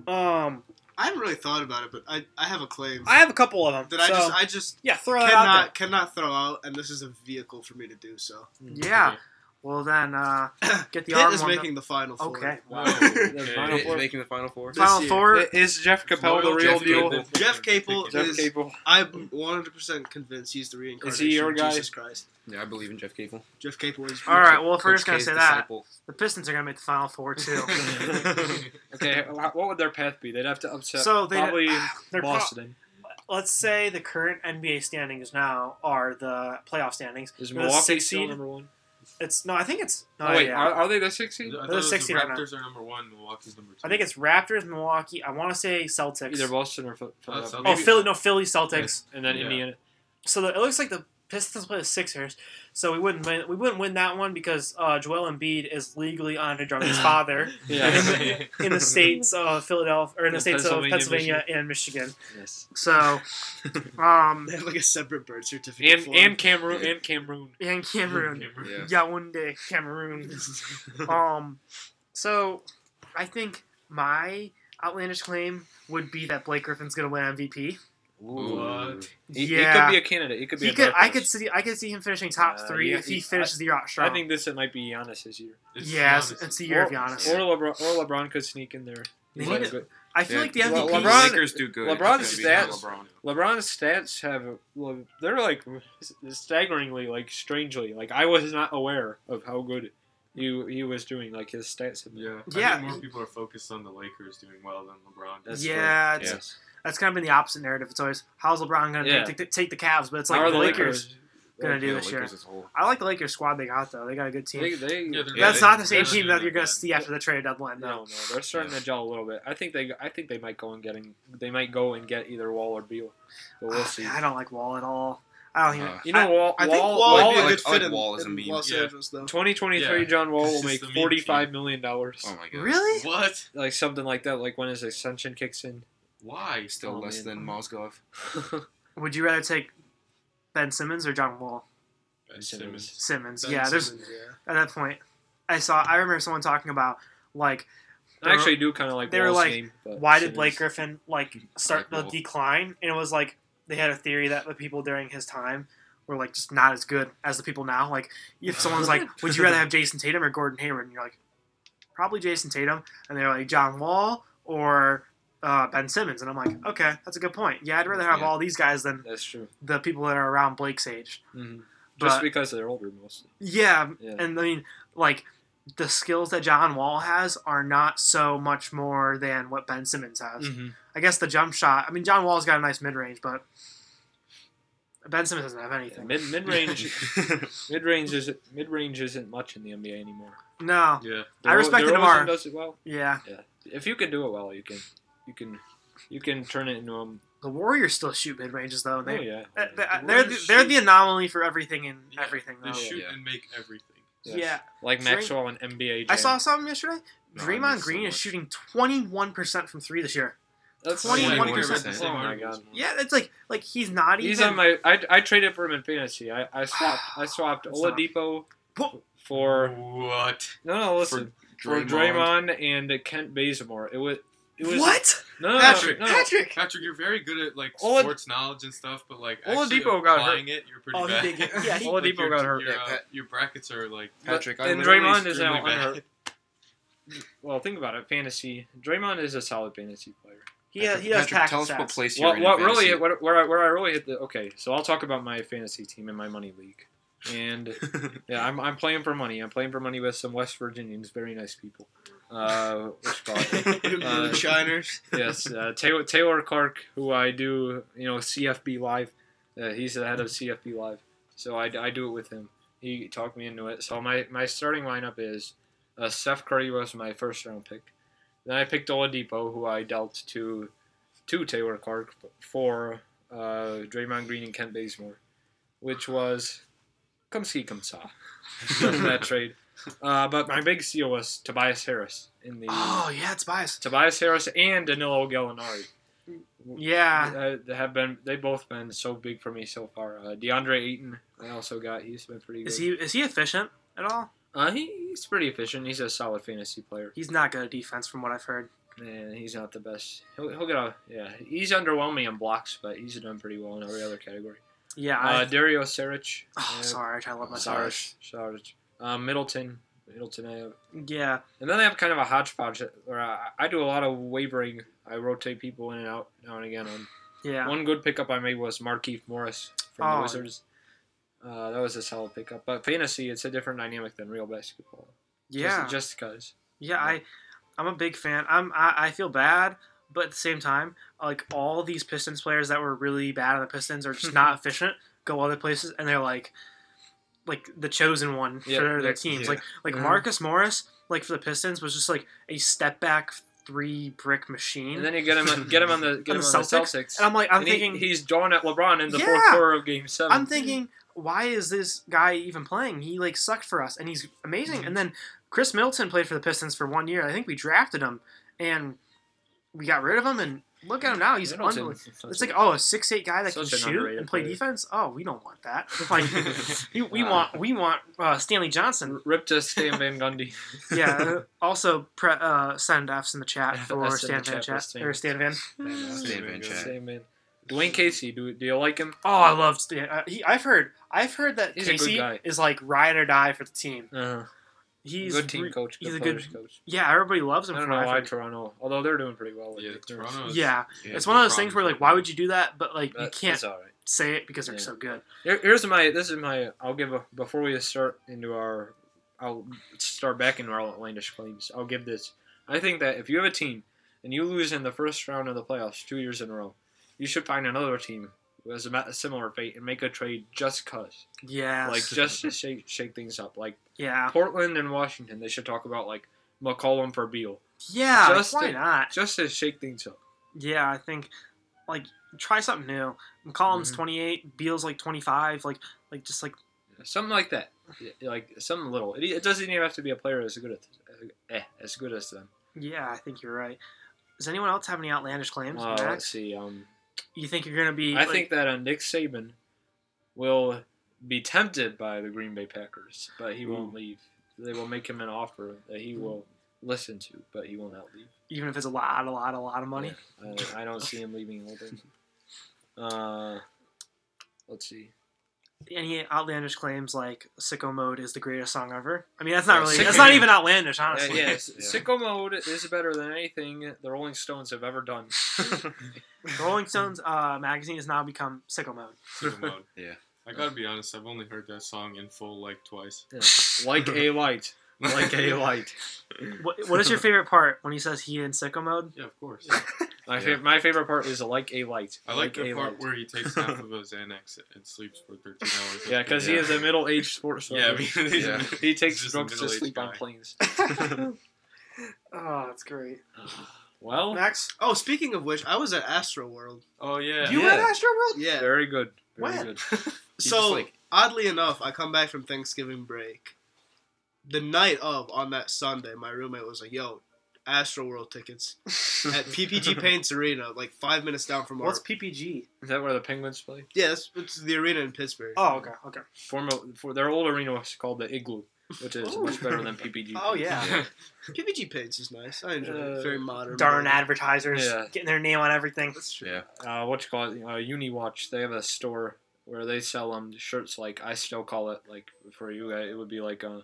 Um, I haven't really thought about it, but I, I have a claim I have a couple of them. that I so- just I just yeah, throw it out cannot cannot throw out, and this is a vehicle for me to do so. there. Yeah. Well then, uh, get the Pitt arm is one. making the final four. Okay. Wow. Final Okay. four. making the final four. This Final year. four I- Is Jeff Capel the Loyal real Jeff deal? Capel. Jeff Capel Jeff Jeff is. Capel. I'm 100 percent convinced he's the reincarnation. your of guy? Jesus Christ. Yeah, I believe in Jeff Capel. Jeff Capel is. All right. Well, if we're just Coach gonna K's say that, disciple. the Pistons are gonna make the final four too. Okay, wh- what would their path be? They'd have to upset so they probably they're pro- Boston. let's say the current NBA standings now are the playoff standings. is the Milwaukee sixth still seed? number one? It's no, I think it's no, oh, wait, yeah. are, are they the sixth I seed? thought it They're was the 16 right now. Raptors are number one. Milwaukee's number two. I think it's Raptors, Milwaukee. I want to say Celtics. Either Boston or Phil- Uh, Philadelphia. oh, maybe- Philly, no Philly Celtics. and then Yeah. Indiana. So the, it looks like the Pistons play the Sixers. So we wouldn't win, we wouldn't win that one because uh, Joel Embiid is legally Andre Drummond's father Yeah. in the states of Philadelphia or in the In states of Pennsylvania, Pennsylvania and Michigan. yes. So, um, They have like a separate birth certificate. And for him. and Cameroon and Cameroon. and Cameroon, Yeah. Yaounde, Cameroon. um, so I think my outlandish claim would be that Blake Griffin's going to win MVP. What? He, he yeah. could be a candidate. He could be. He a could, I dark could horse. see, I could see him finishing top Uh, three yeah, if he he- finishes the year strong. I think this it might be Giannis this year. Yeah, it's- Giannis. it's the year of or, Giannis. Or LeBron, or LeBron could sneak in there. They He's need had a it. good- I feel Yeah, like the Le- MVP. If the LeBron- Lakers do good. LeBron's it's gonna be stats- LeBron. LeBron's stats have well, they're like staggeringly, like strangely. Like I was not aware of how good he he was doing. Like his stats. Have been. Yeah. I Yeah. think more people are focused on the Lakers doing well than LeBron. That's yeah, true. it's, Yes. that's kind of been the opposite narrative. It's always how's LeBron going to Yeah. take, the- take the Cavs, but it's like How the, are Lakers. gonna do Yeah, this year. Lakers as a whole. I like the Lakers squad they got though. They got a good team. They, they, Yeah, they're- That's they- not the same they're team gonna that do you're going that. to see after the trade deadline though. no, no, they're starting Yeah. to gel a little bit. I think they, I think they might go and getting, they might go and get either Wall or Beal, but we'll Ah, see. I don't like Wall at all. I don't even. Uh, You know, Wall, I think Wall, Wall, Wall, would be I a like- good I like fit in- Wall as a in meme. Los Yeah. Angeles, though. 2023 Yeah. John Wall will It's just make the meme team. 45 million dollars, oh my god. really? What? like something like that. Like when his ascension kicks in. Why? Still Oh, less than man. Mozgov. Would you rather take Ben Simmons or John Wall? Ben Ben Simmons. Simmons. Ben yeah, there's Simmons. at that point. I saw. I remember someone talking about like I actually do kind of like they were Wall's like, game, but why did Simmons- Blake Griffin like start the Michael. decline? And it was like they had a theory that the people during his time were like just not as good as the people now. Like if someone's like, would you rather have Jason Tatum or Gordon Hayward? And you're like, probably Jason Tatum. And they're like John Wall or uh, Ben Simmons. And I'm like, okay, that's a good point. Yeah, I'd rather have Yeah. all these guys than That's true. Mm-hmm. the people that are around Blake's age. Just But- because they're older, mostly. Yeah, um, Yeah. and I mean, like, the skills that John Wall has are not so much more than what Ben Simmons has. Mm-hmm. I guess the jump shot. I mean, John Wall's got a nice mid range, but Ben Simmons doesn't have anything. Mid mid range mid range isn't mid range isn't much in the NBA anymore. no. Yeah. Oh, I respect DeRozan DeMar. Does it well. Yeah. If you can do it well, you can you can you can turn it into um. The Warriors still shoot mid ranges though. And Oh they, yeah. uh, they- they're The the, Warriors they're shoot- the anomaly for everything and Yeah, everything They though. shoot yeah. and make everything. Yes. Yeah. Like Dream- Maxwell and NBA. Jam. I saw something yesterday. No, I Draymond missed so Green is much. shooting twenty one percent from three this year. That's 21%. Oh my Mm. god. Yeah, it's like like he's not He's even. on my. I, I traded for him in fantasy. I, I swapped I swapped That's not- Oladipo What? for What? no no listen for Draymond. Draymond and Kent Bazemore. It was it was what? no no, no, Patrick, no, Patrick. Patrick, you're very good at like Ola- sports knowledge and stuff, but like actually Oladipo got applying it, you're pretty Oh, he bad. did get- yeah, he- Like, Oladipo your- got hurt. Your, Yeah, uh, Pat- your brackets are like Patrick, I and literally- Draymond is now extremely bad. unhurt. Well, think about it. Fantasy. Draymond is a solid fantasy player. He has, he has Patrick, tax tell us what stats. place you're What, in. what in really? fantasy. What, where I where I really hit the okay. So I'll talk about my fantasy team and my money league. And yeah, I'm, I'm playing for money. I'm playing for money with some West Virginians, very nice people. Uh, what's it called? Uh, the Shiners. yes, uh, Taylor, Taylor Clark, who I do, you know, CFB Live. Uh, he's the head of CFB Live, so I, I do it with him. He talked me into it. So my, my starting lineup is uh, Steph Curry was my first round pick. Then I picked Oladipo, who I dealt to to Taylor Clark for uh, Draymond Green and Kent Bazemore, which was come see come saw that trade. Uh, but my big seal was Tobias Harris in the Oh yeah, it's biased. Tobias Harris and Danilo Gallinari Yeah. uh, they have been. They both been so big for me so far. Uh, DeAndre Ayton, I also got. He's been pretty. Is good. he is he efficient at all? Uh, he, he's pretty efficient. He's a solid fantasy player, He's not good at defense, from what I've heard. and he's not the best. He'll, he'll get a. Yeah, he's underwhelming in blocks, but he's done pretty well in every other category. Yeah. I, Uh, Dario Saric. oh, uh, sorry, I tried to love my Sorry. sorry. Saric. Saric. um, Middleton, Middleton Ave. Yeah. And then they have kind of a hodgepodge. Or I, I do a lot of wavering. I rotate people in and out now and again. On Yeah. one good pickup I made was Markeith Morris from Oh. the Wizards. Uh, that was a solid pickup. But fantasy, it's a different dynamic than real basketball. Yeah. Just because. Yeah, I, I'm a big fan. I'm I, I feel bad, but at the same time, like all these Pistons players that were really bad on the Pistons are just not efficient. Go other places, and they're like, like the chosen one Yeah, for yeah, their teams. yeah. Like like Mhm. Marcus Morris, like for the Pistons, was just like a step back three brick machine. And And, then you get him, get him on the get On him the on the Celtics? Celtics. I'm like, I'm And he- thinking, he's drawn at LeBron in the fourth Yeah. quarter of Game Seven. I'm thinking, why is this guy even playing? He like sucked for us, and he's amazing. Mm-hmm. And then Chris Middleton played for the Pistons for one year. I think we drafted him, and we got rid of him. And look at him now; he's Middleton. unbelievable. It's like oh, a six eight guy that Such can an shoot underrated and play player. defense. Oh, we don't want that. Like you- we Wow. want we want uh, Stanley Johnson. Rip to Stan Van Gundy. Yeah. uh, also, pre- uh, send F's in the chat for Send Stan the Van chat for chat Stan. or Stan Van. Stan Van Chat. Stan Van. Dwayne Casey, do, do you like him? Oh, I love Stan. Uh, he, I've heard I've heard that He's a good Casey guy. is like ride or die for the team. Uh, He's good team re- coach. Good he's a good- players coach. Yeah, everybody loves him. I don't from know what I've why heard. Toronto, although they're doing pretty well. Yeah, lately. Toronto is- Yeah, Yeah. it's one of those problem things where for like, why them. would you do that? But like, But you can't It's all right. say it because they're Yeah. so good. Here, here's my. This is my. I'll give a before we start into our. I'll start back into our outlandish claims. I'll give this. I think that if you have a team and you lose in the first round of the playoffs two years in a row, you should find another team who has a ma- similar fate and make a trade just cause. Yeah, Like just to shake shake things up. Like yeah, Portland and Washington, they should talk about like McCollum for Beal yeah. like, Just why to- not? just to shake things up. Yeah, I think like try something new. McCollum's Mhm. twenty eight, Beal's like twenty five. Like like just like Something like that. Yeah, Like something little. It, it doesn't even have to be a player as good as eh, as good as them. yeah, I think you're right. Does anyone else have any outlandish claims, Uh, let's Max? see. Um, You think you're gonna be? I like- think that uh, Nick Saban will be tempted by the Green Bay Packers, but he won't leave. They will make him an offer that he will listen to, but he will not leave. even if it's a lot, a lot, a lot of money. Uh, I don't see him leaving Oregon. Uh, let's see. Any outlandish claims like "Sicko Mode" is the greatest song ever? I mean, that's not Yeah, really. Sicko That's not Mode. even outlandish, Uh, honestly. yeah, s- Yeah. sicko mode is better than anything the Rolling Stones have ever done. Rolling Stones uh, magazine has now become sicko mode. Super mode. Yeah. I gotta be honest. I've only heard that song in full like twice. like a light, like a light. What, what is your favorite part when he says he in sicko mode? Yeah, of course. My, Yeah. fav- my favorite part is like a light. I like the part light. where he takes half of his Xanax and sleeps for 13 hours. Yeah, because he Yeah. is a middle-aged sports. Yeah, I writer. mean, he's- Yeah. He takes He's just a drugs to middle-aged sleep on guy. planes. Oh, that's great. Well, Max, Oh, speaking of which, I was at Astro World. Oh yeah. you Yeah. at Astro World? Yeah. very good. Very When? good. He's so just like- oddly enough, I come back from Thanksgiving break. The night of on that Sunday, my roommate was like, "Yo, Astro World tickets at PPG Paints Arena, like five minutes down from What's our." PPG? Is that where the Penguins play? Yeah, it's, it's the arena in Pittsburgh. Oh, okay, okay. Former for their old arena was called the Igloo, which is Ooh. much better than PPG. Oh yeah. PPG Paints is nice. I enjoy Uh, it. Very modern. Darn advertisers Yeah. getting their name on everything. That's true. yeah. Uh, what you call it? Uh, UniWatch. They have a store where they sell um shirts like I still call it like for you guys it would be like uh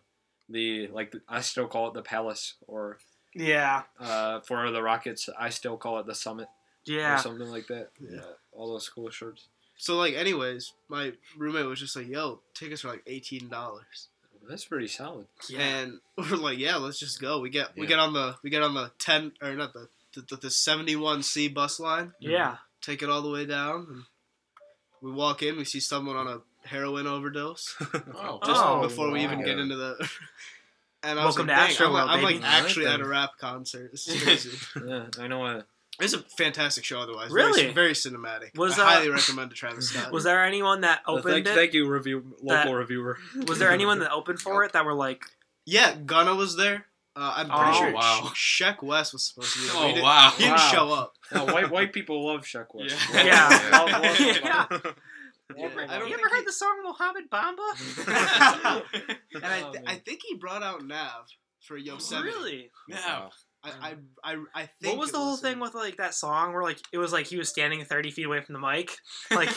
the like I still call it the Palace or Yeah, uh for the Rockets I still call it the Summit or yeah. something like that. Yeah. All those cool shirts. So like, anyways, my roommate was just like, "Yo, tickets are like eighteen dollars," That's pretty solid. yeah. and we're like, "Yeah, let's just go." We get we Yeah. get on the we get on the ten or not the the, the, the seventy one C bus line. Yeah. take it all the way down. And we walk in, we see someone on a heroin overdose Oh. just Oh, before we even wow. get into the. And I was Welcome like, to "Dang, I'm, Astroworld, like, I'm like baby." actually Alright, at a then. rap concert. It's crazy. Yeah, I know. Uh, it's a fantastic show, otherwise. Really? very, very cinematic. Was, I uh, highly recommend to Travis Scott. Was there anyone that Uh, opened thank, it? thank you, review local reviewer. Was there anyone that opened for it that were like, Yeah, Gunna was there. Uh, I'm pretty Oh, sure wow. Sh- Sheck West was supposed to be there. but he, Oh didn't, wow. he didn't Wow. show up. No, white white people love Sheck West. Yeah. Yeah. Love- love- love- Yeah. Yeah, love- I don't "You think ever heard he- the song Mohammed Bamba?" And I, Oh, man. th- I think he brought out Nav for Yosemite. Oh, Really? Now. I I I, I think. What was it the whole a- thing with like that song where like it was like he was standing thirty feet away from the mic, like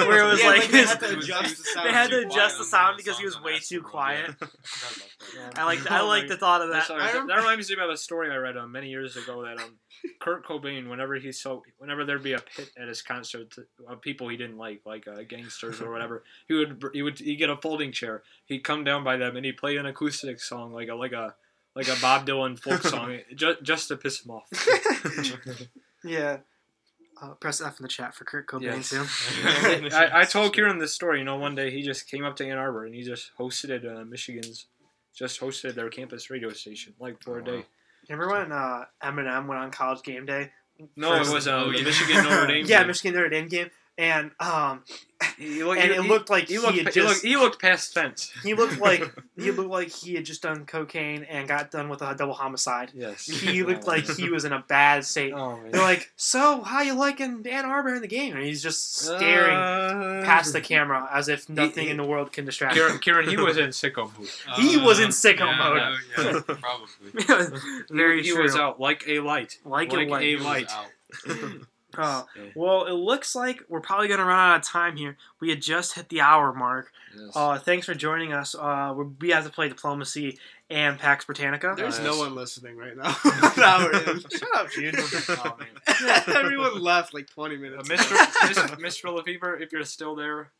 where it was Yeah, like, like, they had to It was- adjust it the was- sound. they had too to adjust quiet the on sound the because he song was on way Astro too World, quiet. forgot about that. I like I Oh like my- the thought of that. That's- sorry, I that- rem- that reminds me about a story I read um, many years ago that um, Kurt Cobain, whenever he so whenever there'd be a pit at his concert of people he didn't like, like uh, gangsters or whatever, he would br- he would he would get a folding chair. He'd come down by them and he'd play an acoustic song like a like a like a Bob Dylan folk song just just to piss him off. Yeah. Uh, press F in the chat for Kurt Cobain Yes. too. I, I told Kieran this story. You know, one day he just came up to Ann Arbor and he just hosted uh, Michigan's, just hosted their campus radio station like for a Oh, wow. day. Remember when uh, Eminem went on College Game Day? No, First- it was uh, oh, the yeah. Michigan Notre Dame. yeah, game. Michigan Notre Dame game, and um, He looked- and he- it he- looked like he, He looked, had he, just looked, he looked past fence. he looked like he looked like he had just done cocaine and got done with a double homicide. Yes. He looked like he was in a bad state. Oh, They're like, "So, how you liking Ann Arbor in the game?" And he's just staring Uh, past the camera as if nothing in the world can distract him. Uh, Kieran, Kieran, he was in sicko mode. He was in Uh, sicko yeah, mode. Yeah, probably. Very he, true. was out like a light. like, like it was. a He was light. out. Oh, Yeah. well, it looks like we're probably going to run out of time here. We had just hit the hour mark. Uh, thanks for joining us. Uh, we- we have to play Diplomacy and Pax Britannica. There's Uh, no one listening right now. An hour in. Shut up, dude. Oh, man. Everyone left like 20 Uh, minutes. Mr. Mr. Mr. Lefevre, if you're still there,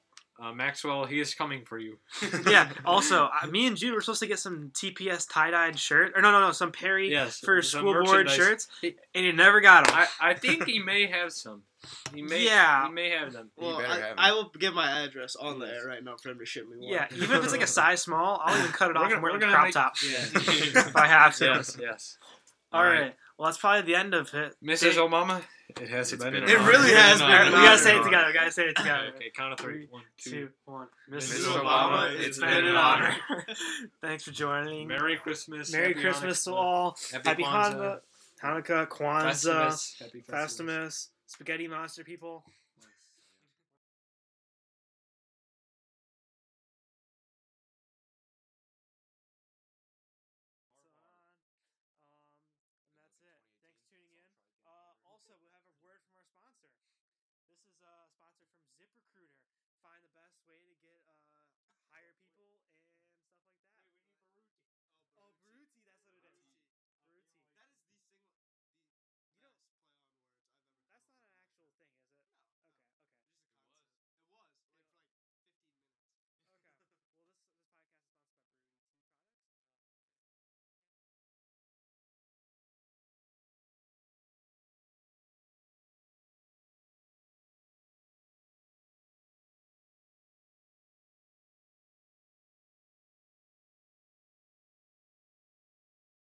uh, Maxwell, he is coming for you. yeah. Also, uh, me and Jude were supposed to get some TPS tie-dyed shirt, or no, no, no, some Perry Yes, for some school board merchandise. shirts, and He- you never got them. I, I think he may have some. He may. Yeah. He may have them. Well, better I, have him. I will give my address on the air right now for him to ship me one. yeah, even if it's like a size small, I'll even cut it We're off gonna- and wear we're it with a gonna crop make- top Yeah. if I have to. yes. Yes. All right. Well, that's probably the end of it. Mrs. Say- Obama, it has It's been. been an It honor. really has All been. right, an we gotta honor. say it together. We gotta say it together. Okay, count of three. One, two. Two, one. Mrs. Obama, it's been an Thanks for joining. Merry, Merry Christmas. Happy Christmas to Hanukkah, all. Happy, Happy Hanukkah, Hanukkah. Hanukkah, Kwanzaa, Festivus. Happy Festivus. Festivus, Spaghetti Monster people. Also, we have a word from our sponsor. This is a sponsor from ZipRecruiter. Find the best way to get uh, hire people